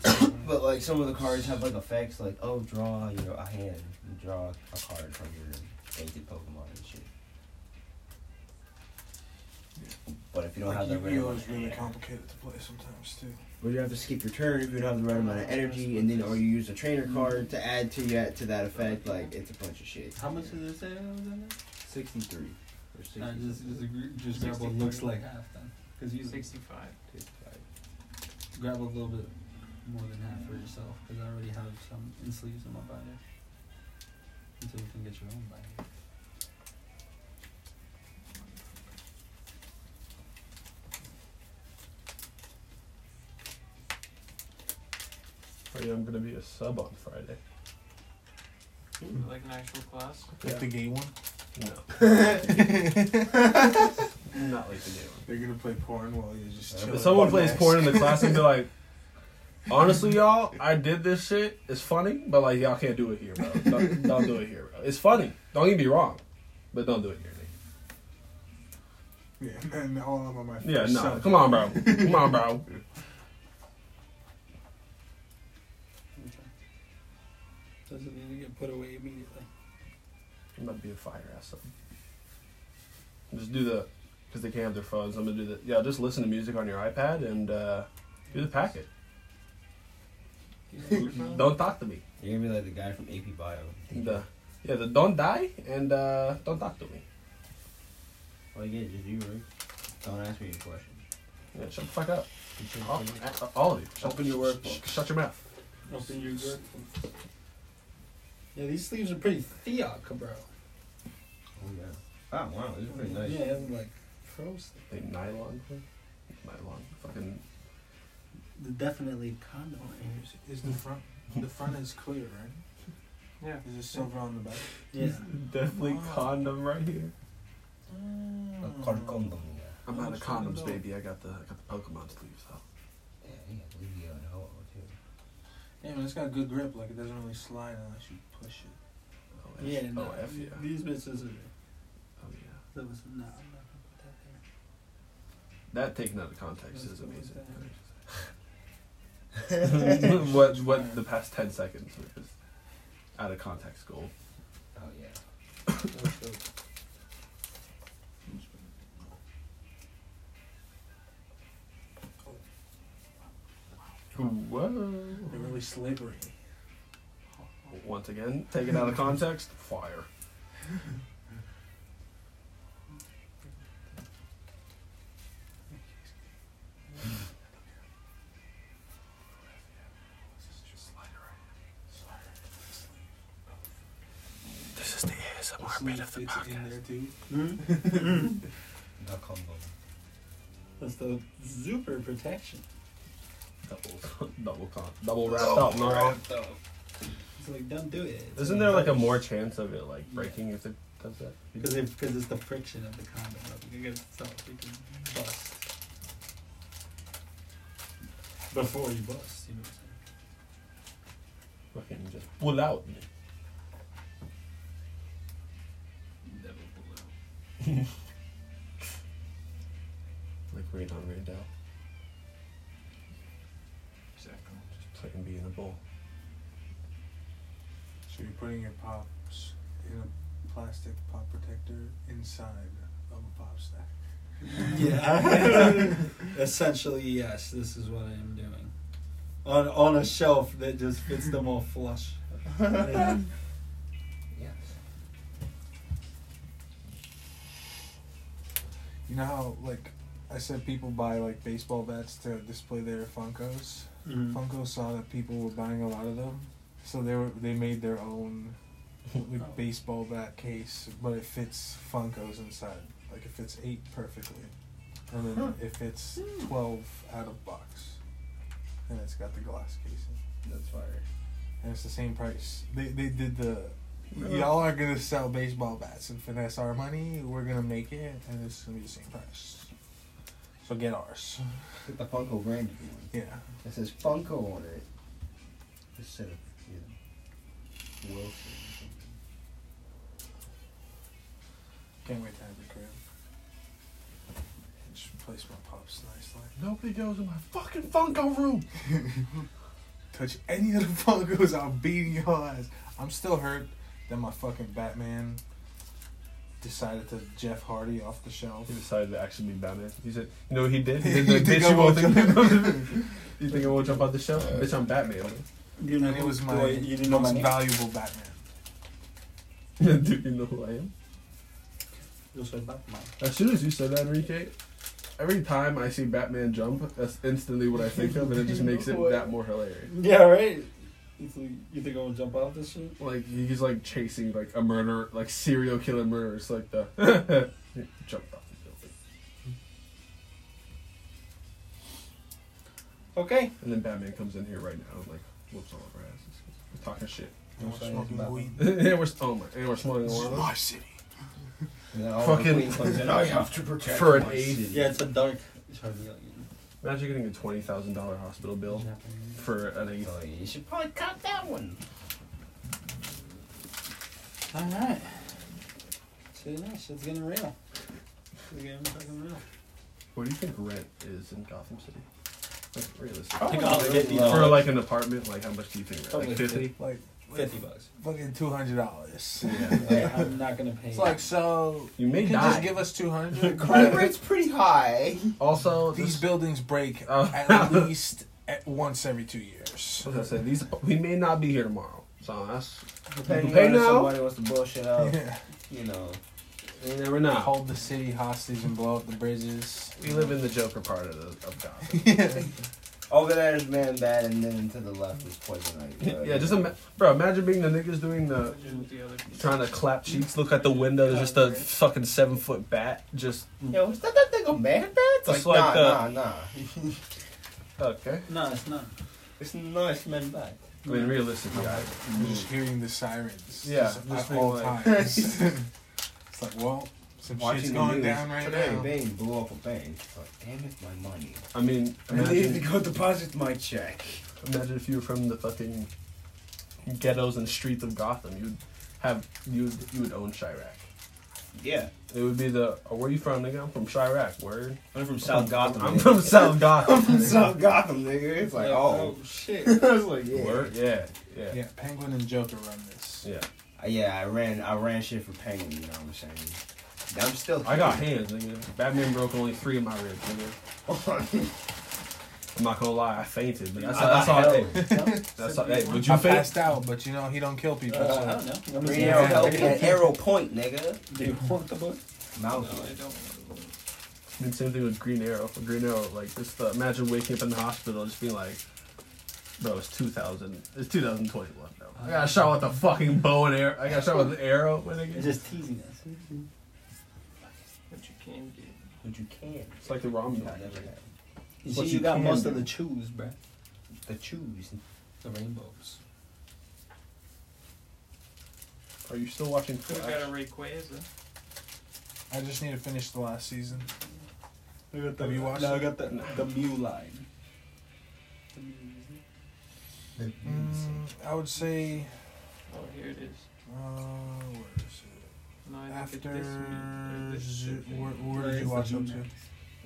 But like some of the cards have like effects, like oh draw you know a hand, and draw a card from your painted Pokemon and shit. But if you don't Like have the Yu-Gi-Oh random, is really complicated to play sometimes too. well, you have to skip your turn if you don't have the right amount of energy, and then or you use a trainer card to add to that to that effect. Like it's a bunch of shit. How much did it say that was in Sixty three. Or there? Nah, just, just, just grab Sixty what looks three. like half then. Because you Sixty-five. grab a little bit more than half for yourself because I already have some in sleeves in my binder. Until you can get your own binder. Or, yeah, I'm gonna be a sub on Friday. Ooh, like an actual class. Like the gay one. No. Not like the new one. They're gonna play porn while you're just chilling. If someone on plays mask. porn in the class and be like, honestly, y'all, I did this shit. It's funny, but like y'all can't do it here, bro. Don't, don't do it here, bro. It's funny. Don't get me wrong, but don't do it here. nigga." Yeah, and all of them are my Yeah, first no. son. Come on, bro. Come on, bro. Doesn't need to get put away immediately. I'm gonna be a fire ass. son. Just do the, because they can't have their phones. I'm gonna do the. Yeah, just listen to music on your iPad and uh, do the packet. Use your phone. Don't talk to me. You're gonna be like the guy from AP Bio. The, yeah, the don't die and uh, don't talk to me. Well, yeah, just you, right? Don't ask me any questions. Yeah, shut the fuck up. All, all of you. Shut, Open your workbook. sh- shut your mouth. Open your door. Yeah, these sleeves are pretty theok, bro. Oh yeah. Oh wow, this is pretty nice. Yeah, it's like frozen. They nylon. Nylon. Fucking. Definitely condom. Is- Is the front the front is clear, right? Yeah. Is it silver on the back? Yeah. Definitely Wow. condom right here. A car condom. Yeah. I'm out of Sure condoms, don't. baby. I got the I got the Pokemon sleeves though. Yeah, he got Livio and Ho too. Yeah, man, it's got good grip. Like it doesn't really slide unless you push it. Oh, F- Yeah, no. oh, F yeah. These bitches are. Oh yeah. That was no. I'm not gonna put that there. That taken out of context Let's is go with amazing. what what the past ten seconds was out of context goal. Oh yeah. Whoa. They're really slippery. Once again, taken out of context, fire. This is the ASMR bit of the It's in podcast. there too. Hmm? A condom. That's the super protection. Double, double, con, double wrapped Oh, up. No, It's like don't do it. It's Isn't there like a more chance of it like breaking if it does that? Because it, cause it's the friction of the condom. Like, it gets so you can bust. Before you bust, you know what I'm saying? fucking just pull out. Never pull out. Like rain on rain down. Exactly. Just play and be in a bowl. So you're putting your pops in a plastic pop protector inside of a pop stack. Yeah. Essentially, yes. This is what I am doing. On on a shelf that just fits them all flush. Mm-hmm. Yes. You know how like I said people buy like baseball bats to display their Funkos? Mhm. Funko saw that people were buying a lot of them, so they were they made their own like Oh. baseball bat case, but it fits Funkos inside. Like it fits eight perfectly, and then it fits Hmm. twelve out of box, and it's got the glass casing, That's fire. and it's the same price. They they did the. Y'all are gonna sell baseball bats and finesse our money. We're gonna make it, and it's gonna be the same price. So get ours. Get the Funko branded one. Yeah. It says Funko on it. Instead of you know, Wilson. Can't wait to have the crib. Just replace my pops nicely. Nobody goes in my fucking Funko room. Touch any of the Funkos, I'm beating your ass. I'm still hurt that my fucking Batman decided to Jeff Hardy off the shelf. He decided to actually be Batman. He said, "You know what he did? He did You the think bitch. I You won't think won't you think I won't jump out the shelf? bitch, I'm Batman. You know, And it was my boy, you didn't know my most name. valuable Batman. Dude, you know who I am." You'll say Batman. As soon as you said that, Enrique, every time I see Batman jump, that's instantly what I think of, and it just makes it that more hilarious. Yeah, right. It's like, you think I will jump out this shit? Like he's like chasing like a murderer, like serial killer murderer. It's like the jump off the building, Okay. and then Batman comes in here right now and like whoops all over our asses, We're talking shit. And we're That's what I smoking think weed. and we're oh my, and we're smoking This is one my city. And then all Fucking- the queen comes in, I have to protect for an my eighth. city." Yeah, it's a dark. It's hard to yell at Imagine getting a twenty thousand dollar hospital bill you. for an eighth. Oh, you should probably cut that one. All right. So yeah, shit's getting real. We're getting fucking real. What do you think rent is in Gotham City? Like realistic. I think I'll get these For like an apartment, like how much do you think? Rent? Like Probably fifty. Like, like fifty bucks. fucking two hundred dollars. Like, I'm not gonna pay. It's like so. You may You can die. just give us two hundred. Crime rate's pretty high. also, These this, buildings break Oh. at least at once every two years. I was gonna say these. We may not be here tomorrow, so that's Depending Pay on if now. somebody wants to bullshit up, Yeah. you know. you never know. Hold the city hostage and blow up the bridges. We live in the Joker part of, the, of Gotham. Over there is man bad, and then to the left is poison ivy. yeah, just ima- bro. Imagine being the niggas doing the With the other people. trying to clap cheeks. Look at the window. There's just a fucking seven foot bat. Just Yo, is that that thing a man bad? It's It's like, like nah, nah, nah. okay. no, it's not. It's nice man bad. I mean, realistically, I, I'm just hearing the sirens. Yeah, just just at being all like- times. it's like, well, some shit's going down right today, now. Bane blew up a bank. But damn it, my money. I mean, I need to imagine, go deposit my check. imagine if you were from the fucking ghettos and streets of Gotham, you'd have you would you would own Chirac. Yeah, It would be the oh, where you from, nigga? I'm from Chirac. Word. I'm from South Gotham. I'm from South Gotham. from South Gotham, nigga. It's like, oh, shit. I was like, yeah. Word. Yeah. Yeah. Yeah. Yeah, Penguin and Joker run this. Uh, Yeah, I ran, I ran shit for Penguin. You know what I'm saying? I'm still. I got hands, nigga. Batman broke only three of my ribs, nigga. I'm not gonna lie, I fainted. But that's, I that's got all. held. Hey, that's all. Hey, would I you faint? passed out, but you know he don't kill people. so- Uh, I Uh-huh. don't know. I'm Green just Arrow gonna- help at Arrow Point, nigga. Do you want the book? No, Mouth. I don't. want to. And same thing with Green Arrow. For Green Arrow, like just uh, imagine waking up in the hospital, and just being like, "Bro, it's 2000. It's 2021. Bro. I got shot with a fucking bow and arrow. I got shot with an arrow. When I It's get- just teasing us. But you can get. But you can. It's like the I never ramen. noodle. had. You What see, you you got can most do. of the chews, bruh. The choose. The rainbows. Are you still watching Could have got a Flash? Rayquaza. I just need to finish the last season. I got Have you watched it? got the the Mew line. Mm, I would say, Oh, here it is. uh, where is it? No, I think After it's this meat or this Zoo- soup meat. where, Yeah, where did it's you watch the up Zoo to? Max.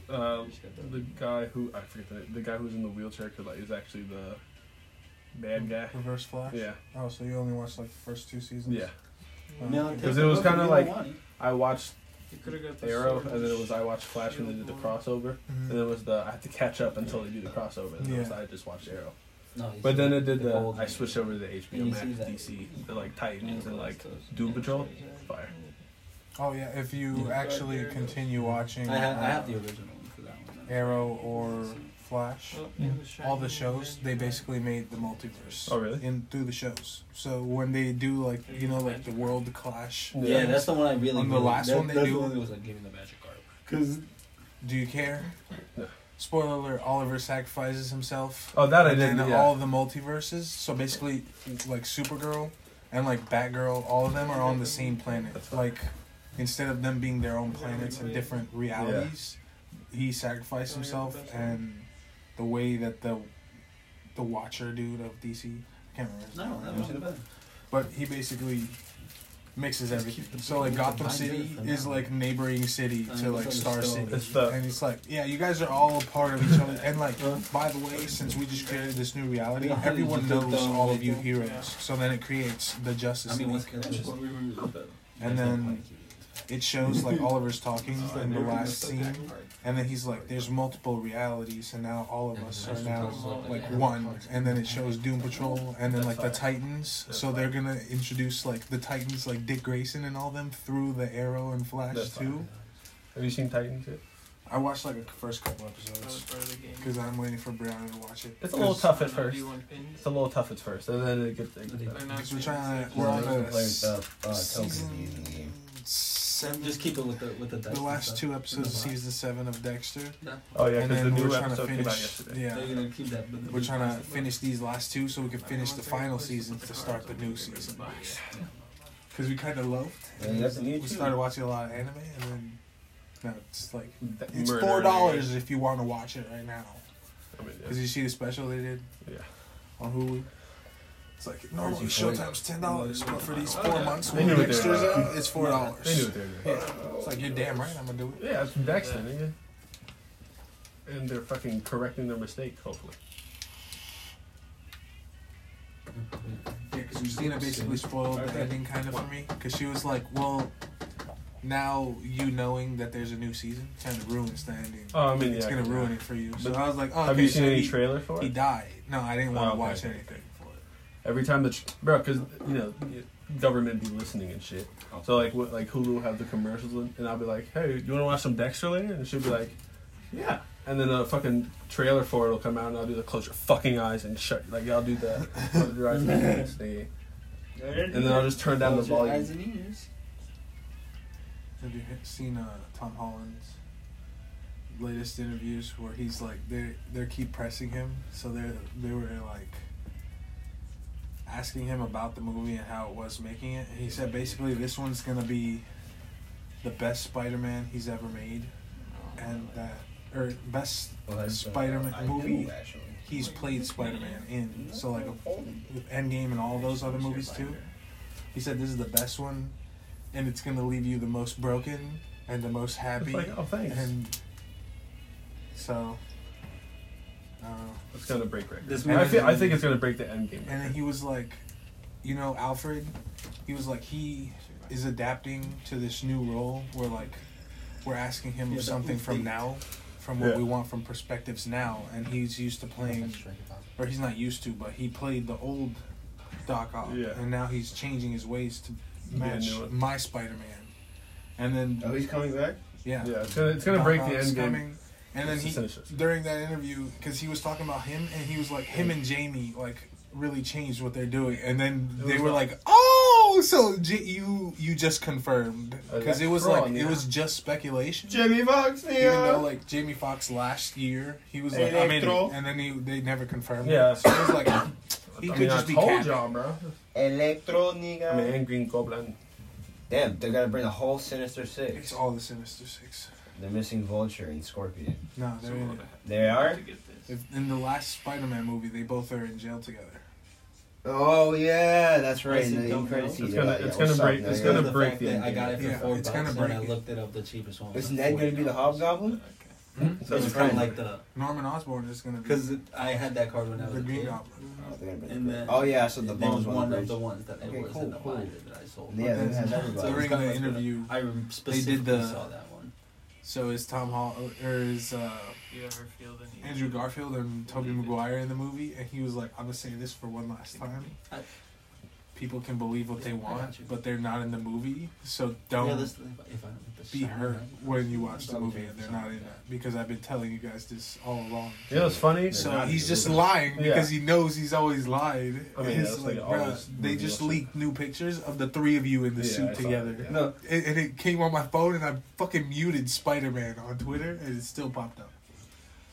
Uh, the guy who I forget the, the guy who's in the wheelchair because like, is actually the bad guy. Reverse Flash. uh, Yeah, Oh, so you only watched like the first two seasons? yeah. Um, No, take 'Cause the it was book if kinda you like- don't want it. I watched You could have got the Arrow, sword and then it was I sh- watched Flash when they did the crossover, and Mhm. then it was the I have to catch up until they do the crossover, and then it was Yeah. I just watched Arrow. No, you But see then it did the the gold I switched over to the And HBO you Max see that- DC, the like Titans and like those- Doom yeah, Patrol. those- Fire. Oh yeah, if you Yeah. actually Right there. continue watching. I, ha- I uh, have the original one for that one. Arrow or Flash. Oh, and the All the Shining, shows, and they then- basically made the multiverse. Oh, really? In through the shows. So when they do like you know like the world clash. Yeah, that's the one I really. On the really- last that- one they that's do- the one that was like giving the magic card. Cause Do you care? No. Spoiler alert, Oliver sacrifices himself. Oh, that I and didn't. then Yeah. all the multiverses. So basically like Supergirl and like Batgirl, all of them are on the same planet. That's fine. Like instead of them being their own planets and different realities, he sacrificed himself and the way that the the Watcher dude of DC I can't remember. his no, name that right was now. the best. But he basically mixes Just everything. keep the So like people Gotham combined City together for is now. like neighboring city I to like Star misunderstood. City. It's the And it's like, yeah, you guys are all a part of each other. And like, by the way, since we just created this new reality, Yeah, everyone you just knows don't all of you know. heroes. Yeah. So then it creates the I Justice mean, what's League. Killer? And then it shows like Oliver's talking Uh, in the last scene. And then he's like, there's multiple realities, and now all of us are now like one. And then it shows Doom Patrol, and then like the Titans. So they're gonna introduce like the Titans, like Dick Grayson and all them, through the Arrow and Flash That's too. fine. Have you seen Titans yet? I watched like the first couple That was episodes part of the game. because I'm waiting for Brianna to watch it. It's a little 'Cause- tough at Uh, first. V1 pins. It's a little tough at first, and then it gets. It gets Nothing. better. They're not Because we're pins. trying to- We're We're on on the play with the uh, tokens season in the game. seven. Just keep it with the with the dice. the and last stuff. two episodes of With the season seven of Dexter. black. Oh yeah, and because the then we new were trying to episode came out finish. yesterday. Yeah. They're Yeah, gonna keep that. but we're trying to plastic finish these last two so we can I finish mean, the once I final put the season to cards start the on, new maybe it's season. a box. Because we kind of loved. Yeah, that's a new We too. started watching a lot of anime, and then now it's like That it's murder four dollars area. if you want to watch it right now. I mean, Because yeah. you see the special they did Yeah. on Hulu. It's like normally you play? Showtime's ten dollars, but for these four Okay. months, Oh, They when knew what they Dexter's were out, it's four dollars. They knew what they were doing. Yeah, it's like you're damn right. I'm gonna do it. Yeah, it's from Dexter, nigga. And they're fucking correcting their mistake, hopefully. Yeah, because Christina basically spoiled the Okay. ending kind of for me. Because she was like, well, now you knowing that there's a new season kind of ruins the ending. Oh, I mean, it's yeah, gonna yeah. ruin it for you. So But I was like, oh, Have okay, you seen so any he, trailer for He it? died. No, I didn't want Oh, to okay, watch okay, anything for it. Every time the tr- bro, because you know, government be listening and shit. So like, what, like Hulu will have the commercials, in, and I'll be like, "Hey, you want to watch some Dexter later?" And she'll be like, "Yeah." And then a fucking trailer for it will come out, and I'll do the close your fucking eyes and shut. Like I'll do the close your eyes and ears, nigga. and then I'll just turn down the Close your eyes volume. and ears. Have you he- seen uh, Tom Holland's latest interviews where he's like they they keep pressing him, so they they were like asking him about the movie and how it was making it. And he said basically this one's gonna be the best Spider-Man he's ever made, and that or best Well, that's, uh, Spider-Man I movie. do, actually. Oh. he's played Spider-Man in. So like Folding. with Endgame and all those other movies too. He said this is the best one, and it's gonna leave you the most broken and the most It's happy. like, oh, thanks. And so, uh, it's gonna break records. This I, movie- feel, I think it's gonna break the end game. and then he was like, you know, Alfred, he was like, he is adapting to this new role where like we're asking him Yeah, but something who from think- now, from what Yeah. we want from perspectives now, and he's used to playing, or he's not used to, but he played the old Doc Ock, Yeah. and now he's changing his ways to Yeah, I match knew it. my Spider-Man, and then Oh, he's coming back? yeah, Yeah, it's gonna, it's gonna break the Knockouts end game. coming. And then It's he essential. during that interview because he was talking about him and he was like him and Jamie like really changed what they're doing and then It they was were like- like oh so J- you you just confirmed Oh, because it that's was wrong, like yeah. it was just speculation. Jimmy Fox, Even though yeah. like Jamie Foxx last year he was like I'm in Electro. it and then he they never confirmed. Yeah. it. so it was like he I could mean, just I be told capping. y'all, bro. Electronica. I mean, and Green Goblin. Damn, they're gonna bring the whole Sinister Six. It's all the Sinister Six. They're missing Vulture and Scorpion. No, they're in it. They are? To get this. If, in the last Spider-Man movie, they both are in jail together. Oh yeah, that's right. Said No, you don't credit know. see It's that. gonna- Yeah, it's what's gonna up, break- man? it's gonna the break fact the that end I got game. it for Yeah, four it's bucks gonna and break I it. looked it up. The cheapest one. was Isn't that gonna be the $40. Hobgoblin? Hmm? It's That's from right. like the Norman Osborn is gonna be because I had that card when I was the a Green kid. Goblin. Oh, they're gonna bring And the- then oh yeah, so the there was bones one the of the ones that it Okay, was cool, in the cool. binder that I sold. Yeah, they have So everybody. it's during kinda the like a- interview, I rem- specifically the- saw that one. So is Tom Hall or is uh, You ever feel the need? Andrew Garfield and Tobey Maguire in the movie? And he was like, "I'm gonna say this for one last time. I- People can believe what they Yeah, I got want, you. but they're not in the movie, so Yeah, don't this, if I don't get the be shot, hurt I'm- when you watch the Okay, movie and they're not in it." Because I've been telling you guys this all along. You know what's funny? So not he's in the just movie. lying Yeah. because he knows he's always lied. I mean, It's that's like, like bruh, always they movie just shit. leaked new pictures of the three of you in the Yeah, I suit saw together. that, yeah. No. And, and it came on my phone, and I fucking muted Spider Man on Twitter, and it still popped up.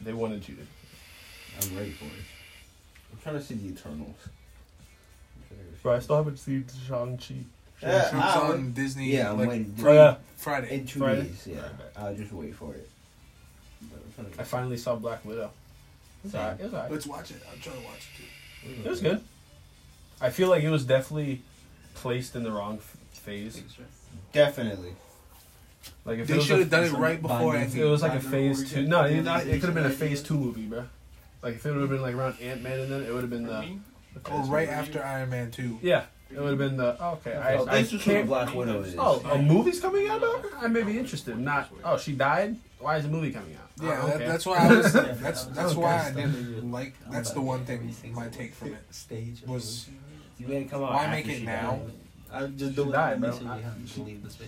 They wanted you to. I'm ready for it. I'm trying to see the Eternals. Bro, I still haven't seen Shang Chi. It Yeah, comes I on would- Disney Oh, yeah, I'm like, waiting. free- Oh, Yeah. Friday. In two Friday? days, yeah. Alright, bet. I'll just wait for it. But I'm trying to- I finally saw Black Widow. It was Same. alright. It was alright. Let's watch it. I'm trying to watch it too. It was good. I feel like it was definitely placed in the wrong f- phase. Definitely. Like if it They was should a, have done it it's right like before binding. if Endgame. it was like a Binder phase origin. two. No, Yeah, it, not- it could have been a that's phase the two movie, bro. Like if it would have been like around Ant Man and then it would have been For the. me, Or right after Iron Man two. Yeah, it would have been the. oh, okay, I, oh, I this is what can't. Black Widow is. Oh, a movie's coming out now. I may be interested. Not. Oh, she died. Why is the movie coming out? Yeah, Oh, okay. that, that's why I was. Yeah, That's that was- that's okay. why I didn't like. That's the one thing my take from it Stage of was. You made it come out Why after make it she now? died. I just She don't let died, me bro. see behind. Just leave the space.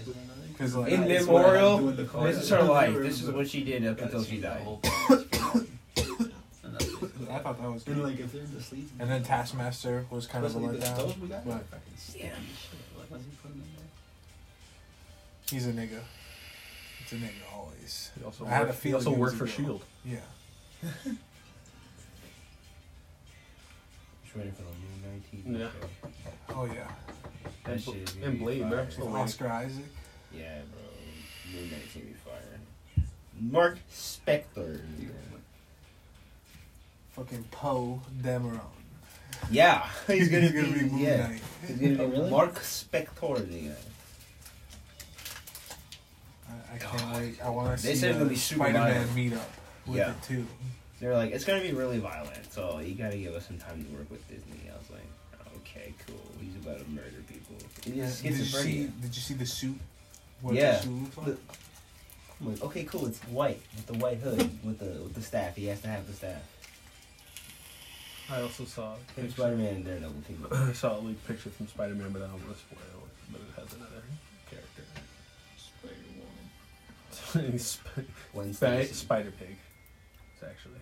Because like In it's- memorial, doing the card. this is her life. This is what she did up until she died. I thought that was And good. like if they're in the sleep. And then Taskmaster was kind of a Especially the letdown. stove we got. But Fucking sticky shit. Like, what's he putting in there? He's a nigga. It's a nigga always. He also I had a worked, he feeling also he was worked a for girl. Shield. Yeah. Just waiting for the new 19. Yeah. show. Oh yeah. That And shit is Bl- gonna and be Blade, fire. man. With Oh, wait. Oscar Isaac. Yeah, bro. Moon Knight's gonna be fire. Mark Spector. Fucking Poe Dameron. Yeah, he's gonna, be, Moon yeah. Knight. He's gonna be Oh, really? Mark Spector. Nigga. I, I can't wait. I want to see They said it's gonna the be super Spider-Man violent. meetup with Yeah. it too. They're like, it's gonna be really violent, so you gotta give us some time to work with Disney. I was like, okay, cool. He's about to murder people. He's Did you see? schizophrenia. Did you see the suit? What Yeah. The suit looks like? Look. I'm like, okay, cool. It's white with the white hood with the with the staff. He has to have the staff. I also saw a There's picture- Spider-Man and Daredevil team. I saw a leaked picture from Spider-Man, but I don't want to spoil it. But it has another character. Spider Woman. Sp- Wednesday. Spi- Spider Pig. It's actually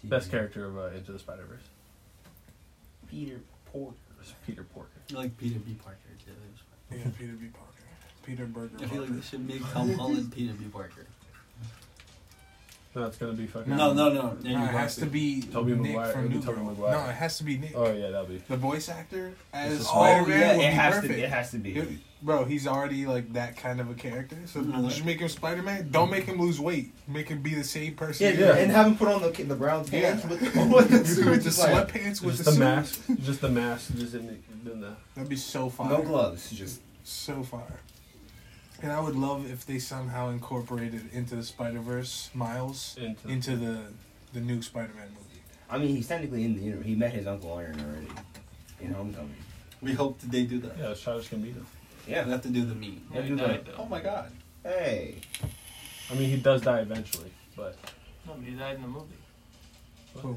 She- best character of uh, Into the Spider Verse. Peter Porker. Peter Porker. I like Peter B. Parker too. Yeah, Peter B. Parker. Peter Burger. I feel like Parker. they should make Tom Holland Peter B. Parker. No, it's gonna be fucking. No, no, no. No, it has to be Toby Nick Maguire- from it'll be New Toby Girl. Maguire. No, it has to be Nick. Oh yeah, that'll be. The voice actor It's as a Spider-Man Spider- Oh, yeah, would it be has perfect. to. Be, it has to be. It- bro, he's already like that kind of a character. So Mm-hmm. Mhm. just make him Spider Man. Don't make him lose weight. Make him be the same person. Yeah, he yeah, is. and have him put on the the brown pants Yeah. with the, with the With suit. the just like, sweatpants with Just the, the suit. mask. Just the mask. Just in the. In the That'd be so fire. no gloves, just So far. And I would love if they somehow incorporated into the Spider Verse Miles into. into the the new Spider Man movie. I mean, he's technically in the universe. He met his uncle Iron already in Homecoming. We hope that they do that. yeah, Childish Gambino. They Yeah. have to do the meme. Yeah, do he died, that. though. Oh my God. Hey. I mean, he does die eventually, but No, but he died in the movie. Who?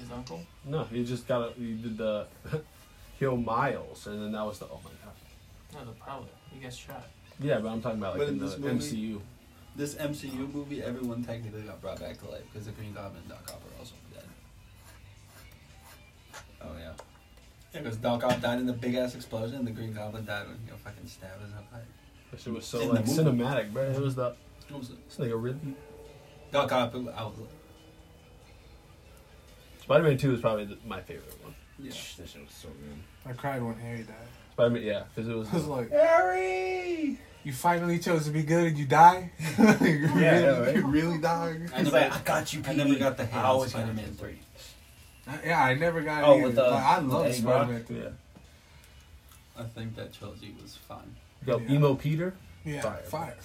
His uncle? no, he just got. A, he did the. Heal Miles, and then that was the. Oh my god. No, the Prowler. He gets shot. Yeah, but I'm talking about like But in in the this movie- MCU. This MCU movie, everyone technically got brought back to life because the Green Goblin and Doc Ock are also dead. Oh yeah. Yeah, because Doc Ock died in the big ass explosion, and the Green Goblin died when he got fucking stabbed in the heart. That shit was so In the like movie. cinematic, bro. It was the. What was it? It's like a really. Doc Ock out. Spider-Man Two is probably the, my favorite one. Yeah. Shh, That shit was so good. I cried when Harry died. Spider-Man, yeah, because it was. I was like, Harry. you finally chose to be good and you die? Like, really, know, right? You really die? I He's never, like, I got you. I never Pete. got the I hand always got Spider Man you. 3. I- Yeah, I never got Oh, it. with either, the- but I with love Eddie Spider Man. yeah. I think that trilogy was fun. Yo, Yeah. emo Peter. Yeah, Fire. fire. Yeah.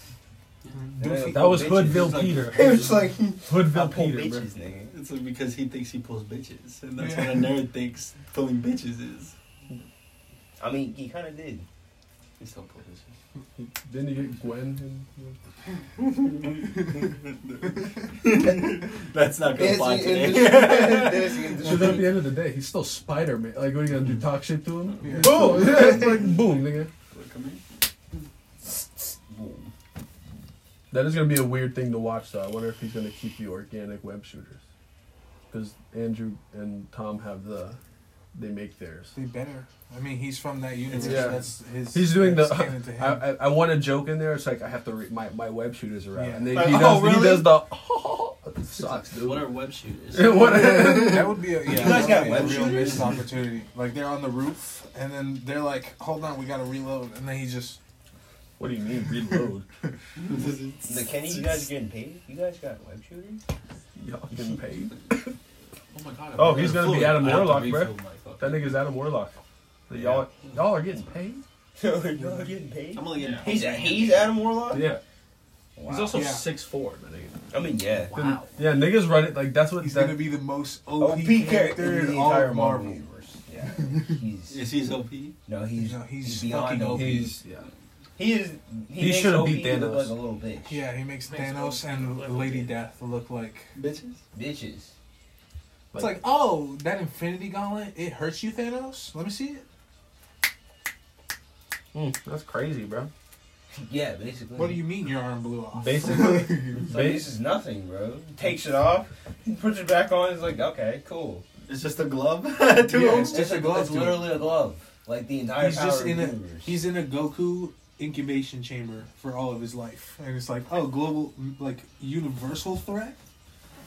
Mm-hmm. Doofy. That was bitches. Hoodville It's like- Peter. It was like I Hoodville pull Peter, bro. bitches, nigga. It's like because he thinks he pulls bitches, and that's Yeah. what a nerd thinks pulling bitches is. I mean, he kind of did. He still pulls bitches. Didn't he get Gwen? And, That's not gonna fly Dancing in today. the- dancing in the But at the street. end of the day, he's still Spider-Man. Like, what are you gonna do? Talk shit to him? Yeah. Boom! Yeah, it's like boom, nigga. Look, come here. Boom. That is gonna be a weird thing to watch, though. I wonder if he's gonna keep the organic web shooters, because Andrew and Tom have the, they make theirs. They better. I mean, he's from that universe. Yeah. That's his. He's doing the. that's canon to him. I, I, I want a joke in there. It's like I have to. Re- my my web shooters are out, Yeah. and they, Like, he, oh, does, he really? does the. it sucks, dude. What are web shooters? What are- that would be a, yeah, guys that would got be web a real shooters? missed opportunity. Like they're on the roof, and then they're like, "Hold on, we gotta reload," and then he just What do you mean reload? The Kenny, you guys are getting paid? You guys got web shooters? Y'all getting paid? Oh my god. Oh, he's gonna be fluid. Adam I have to Warlock, refill bro. my fucking- That nigga's Adam Warlock. So y'all y'all are getting paid. Y'all are getting paid? I'm only getting Yeah. He's, he's Adam Warlock? Yeah, Wow. he's also Yeah. six four. My nigga. I mean, yeah. Wow. Yeah, niggas run it like that's what. he's that- gonna be the most OP, OP character character in Oh, the all entire of Marvel Marvel. universe. Yeah. Is He's he OP? no, he's No, he's he's beyond fucking OP. he's yeah. he is. He, He makes should've OP beat look Thanos. Like a little bitch. Yeah, he makes Makes Thanos all- like, and Lady okay. Death look like. Bitches? Bitches. It's like, oh, that Infinity Gauntlet, it hurts you, Thanos. Let me see it. Mm, that's crazy, bro. Yeah, basically. What do you mean your arm blew off? Basically, It's like, ba- this is nothing, bro. Takes it off, puts it back on. It's like, okay, cool. It's just a glove? Yeah, it's It's just a glove. It's dude. literally a glove. Like the entire He's power just of in the a universe. he's in a Goku incubation chamber for all of his life, and it's like oh global like universal threat.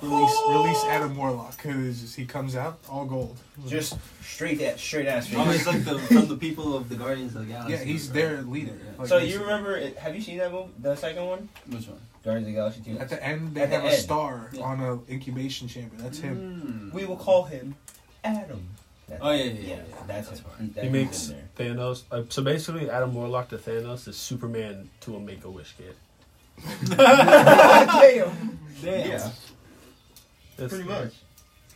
Release release Adam Warlock because just, he comes out all gold. just straight at straight ass Oh, face. he's like the, from the people of the Guardians of the Galaxy. yeah, he's right? their leader. Yeah. like, so basically. you remember? It, have you seen that movie? The second one, Which one? Guardians of the Galaxy Two. at the end they At the have a end. star Yeah. on a incubation chamber. That's him. Mm. We will call him Adam. That's Oh, yeah, yeah, yeah, yeah. That's, That's him. fine. That he is makes in there. Thanos. Uh, so basically, Adam Warlock to Thanos is Superman to a Make a Wish kid. Damn. Damn. Yeah. That's Pretty much.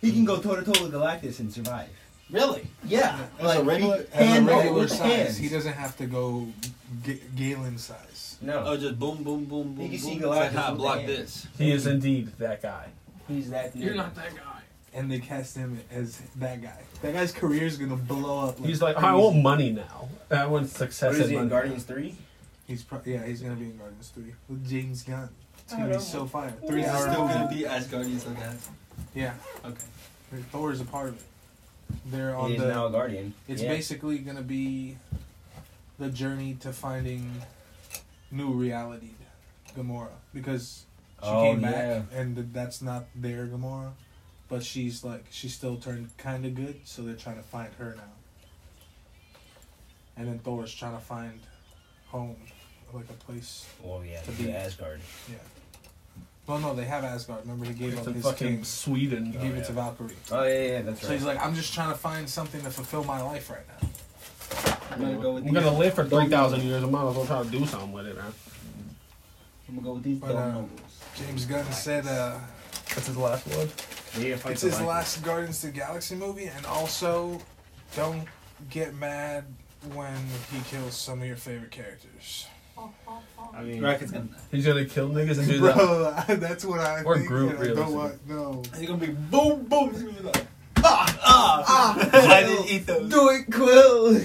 He can go toe to toe with Galactus and survive. Really? Yeah, As a regular, he- as a hand regular over size, hands. he doesn't have to go G- Galen size. No, Oh, just boom, boom, boom, boom. You can see boom. Galactus It's like, ha, with block the hand. this. He is indeed that guy. he's that. You're nigga. not that guy. And they cast him as that guy. That guy's career is gonna blow up. He's like, I crazy. want money now. I want success What is and he in money. Guardians Three? He's pro- yeah, he's gonna be in Guardians Three with James Gunn. It's I gonna be don't so want- fire. Three Is it hour. still gonna be as Guardians of the Galaxy? Yeah, Okay. Thor is a part of it. They're on He is the. now a Guardian. it's yeah. basically gonna be the journey to finding new reality, Gamora, because she Oh, came back yeah. and th- that's not their Gamora, but she's like she still turned kind of good, so they're trying to find her now. And then Thor's trying to find home, like a place. Well, yeah, To to be be- Asgard. Well, no, they have Asgard. Remember, he gave It's up in his fucking king. He Sweden. gave it to Valkyrie. Oh yeah, yeah, that's So he's like, I'm just trying to find something to fulfill my life right now. I'm gonna go with I'm these. gonna live for three thousand years. I might as well try to do something with it, man. I'm gonna go with these But, dumb uh, nobles. James Gunn said uh, That's his last word. yeah, fight it's the his Vikings. last Guardians of the Galaxy movie, and also don't get mad when he kills some of your favorite characters. I mean, Rocket's gonna. He's gonna kill niggas and do that. Bro, I, that's what I Or think. Groot, and I don't realistically. want no. He's gonna be boom, boom. He's gonna be like ah, ah, ah. I didn't eat those. do it, Quill.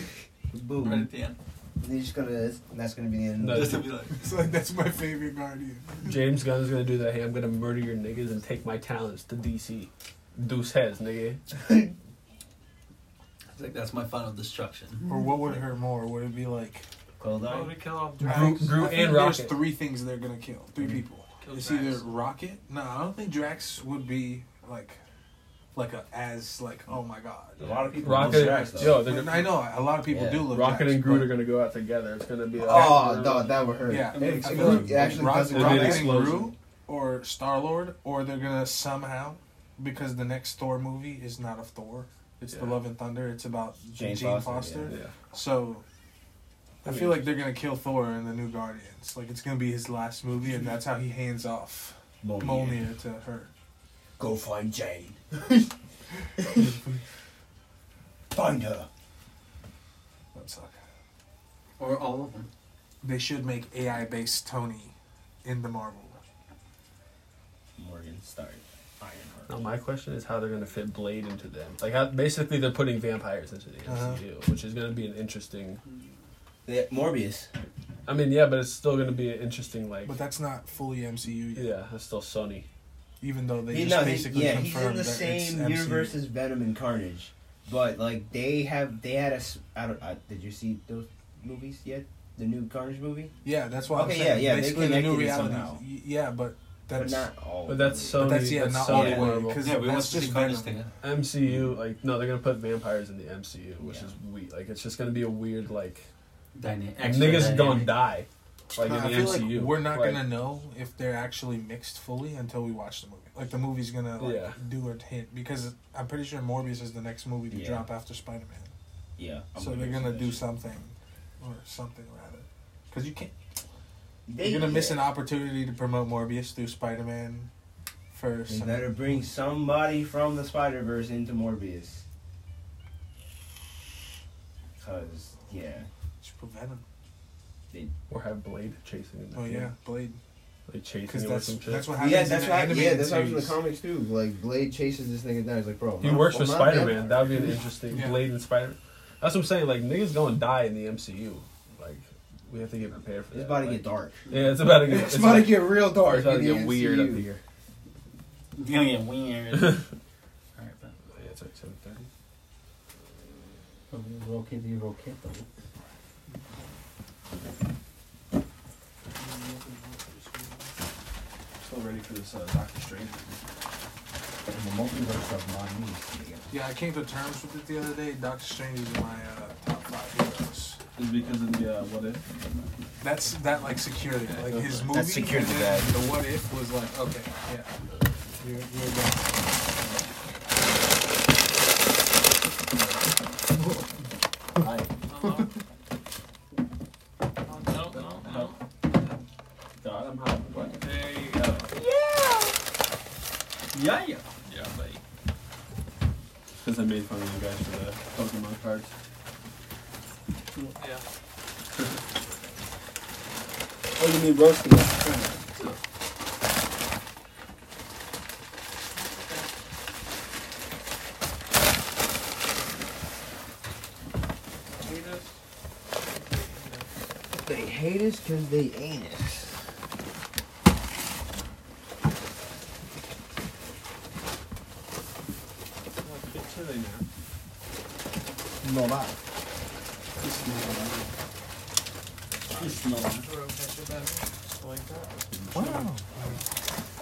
Boom. Right at the end. And they're just gonna. That's gonna be the end. No. Just to be like, It's like that's my favorite Guardian. James Gunn is gonna do that. Hey, I'm gonna murder your niggas and take my talents to DC. Deuce heads, nigga. it's like that's my final destruction. Or what would hurt more? Would it be like Quill Why would died. it Oh, kill off Drax? Groot- I Groot think and there's Rocket. three things they're gonna kill. Three people. Kill it's Drax. either Rocket. No, I don't think Drax would be like, like a as like oh my god. A lot of people. Rocket, Drax, though. yo, they're But gonna, I know a lot of people Yeah. do love Rocket Drax, and Groot but- are gonna go out together. It's gonna be. Like, Oh, no, that would hurt. Yeah, It I feel explodes. like It actually Rock- does a Rocket big and explosion. Groot or Star Lord, or they're gonna somehow because the next Thor movie is not a Thor. It's the Yeah. Love and Thunder. It's about Jane, Jane Foster. Foster, Yeah. So I I feel mean- like they're gonna kill Thor in the new Guardians. Like it's gonna be his last movie, and that's how he hands off Mjolnir. Mjolnir to her. Go find Jane. find her. That suck. Or all of them. They should make AI based Tony in the Marvel. Morgan Stark. Ironheart. Now my question is how they're gonna fit Blade into them. Like how basically they're putting vampires into the MCU, Uh-huh. which is gonna be an interesting. They- Morbius. I mean, yeah, but it's still gonna be an interesting like. But that's not fully MCU yet. yeah, it's still Sony. Even though they He- just no, he- basically yeah, he's in confirmed the that it's same MCU. universe as Venom and Carnage, but like they have they had a s- I don't I, did you see those movies yet? The new Carnage movie, Yeah, that's why Okay, I'm yeah, saying yeah, they basically the new connected it reality. somehow. Y- Yeah, but that's but not all. But that's of so- but that's Sony- yeah, that's not all Sony. the way Yeah. because Yeah, we want that's to just see Carnage Venom. together. Mm-hmm. MCU, like no, they're gonna put vampires in the MCU, which Yeah. is weird. Like it's just gonna be a weird like Dyna- niggas gonna die, like Nah, in I the feel MCU. like we're not Like, gonna know if they're actually mixed fully until we watch the movie. Like the movie's gonna like Yeah. do a hint because I'm pretty sure Morbius is the next movie to Yeah. drop after Spider Man. Yeah, I'm So they're gonna see do that. something or something rather. Because you can't, They, you're gonna miss yeah. an opportunity to promote Morbius through Spider Man first. They better bring somebody from the Spider Verse into Morbius. Cause yeah, Just prevent him. or have Blade chasing him. Oh yeah, Blade. like chasing Because him or that's some shit. that's what happens. Yeah, that's in what the yeah, animated that's what happens in series. the comics too. Like Blade chases this nigga down. He's like, bro, he I'm- works I'm for not Spider Man. Batman. That would be an interesting Yeah. Blade and Spider. That's what I'm saying. Like niggas gonna die in the MCU. Like we have to get prepared for it's that. about to Like, get dark. Yeah, it's about to get. It's, about to get real dark. It's about in to the get weird up MCU. here. It's Oh, gonna get weird. Alright, but Yeah, it's like seven thirty. Roquete, roquete. Still ready for this uh, Doctor Strange. In the multiverse of my knees. nigga. Yeah, I came to terms with it the other day. Doctor Strange is my uh, top five heroes. Is because of the uh, what if? That's that like secured it. Like his movie. secured and the then bag. The what if was like okay, yeah. You're, you're done. Hello? Oh, no, no, no. God, I'm hot. What? There you go. Yeah, yeah. Yeah, buddy. Because I made fun of you guys for the Pokemon cards. Yeah. Oh, you mean roasting? Hate us? They hate us because they ain't us. No, not. Throw catch it back. Just like that. Wow.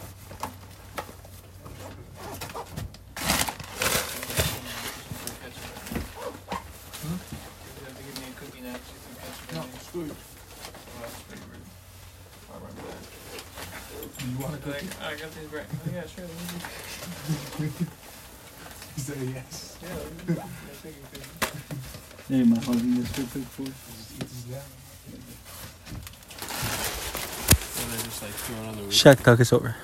Throw catch it back. You have to give me a cookie now, 'cause you threw catch it back. Oh, that's pretty rude. I'll remember that. You want a Like, cookie? I got these right. Oh, yeah, sure. let me do- He said yes. Yeah, let me do- I'll take a cookie. Hey, my husband is too big for Just eat this down. Shaq talk is over.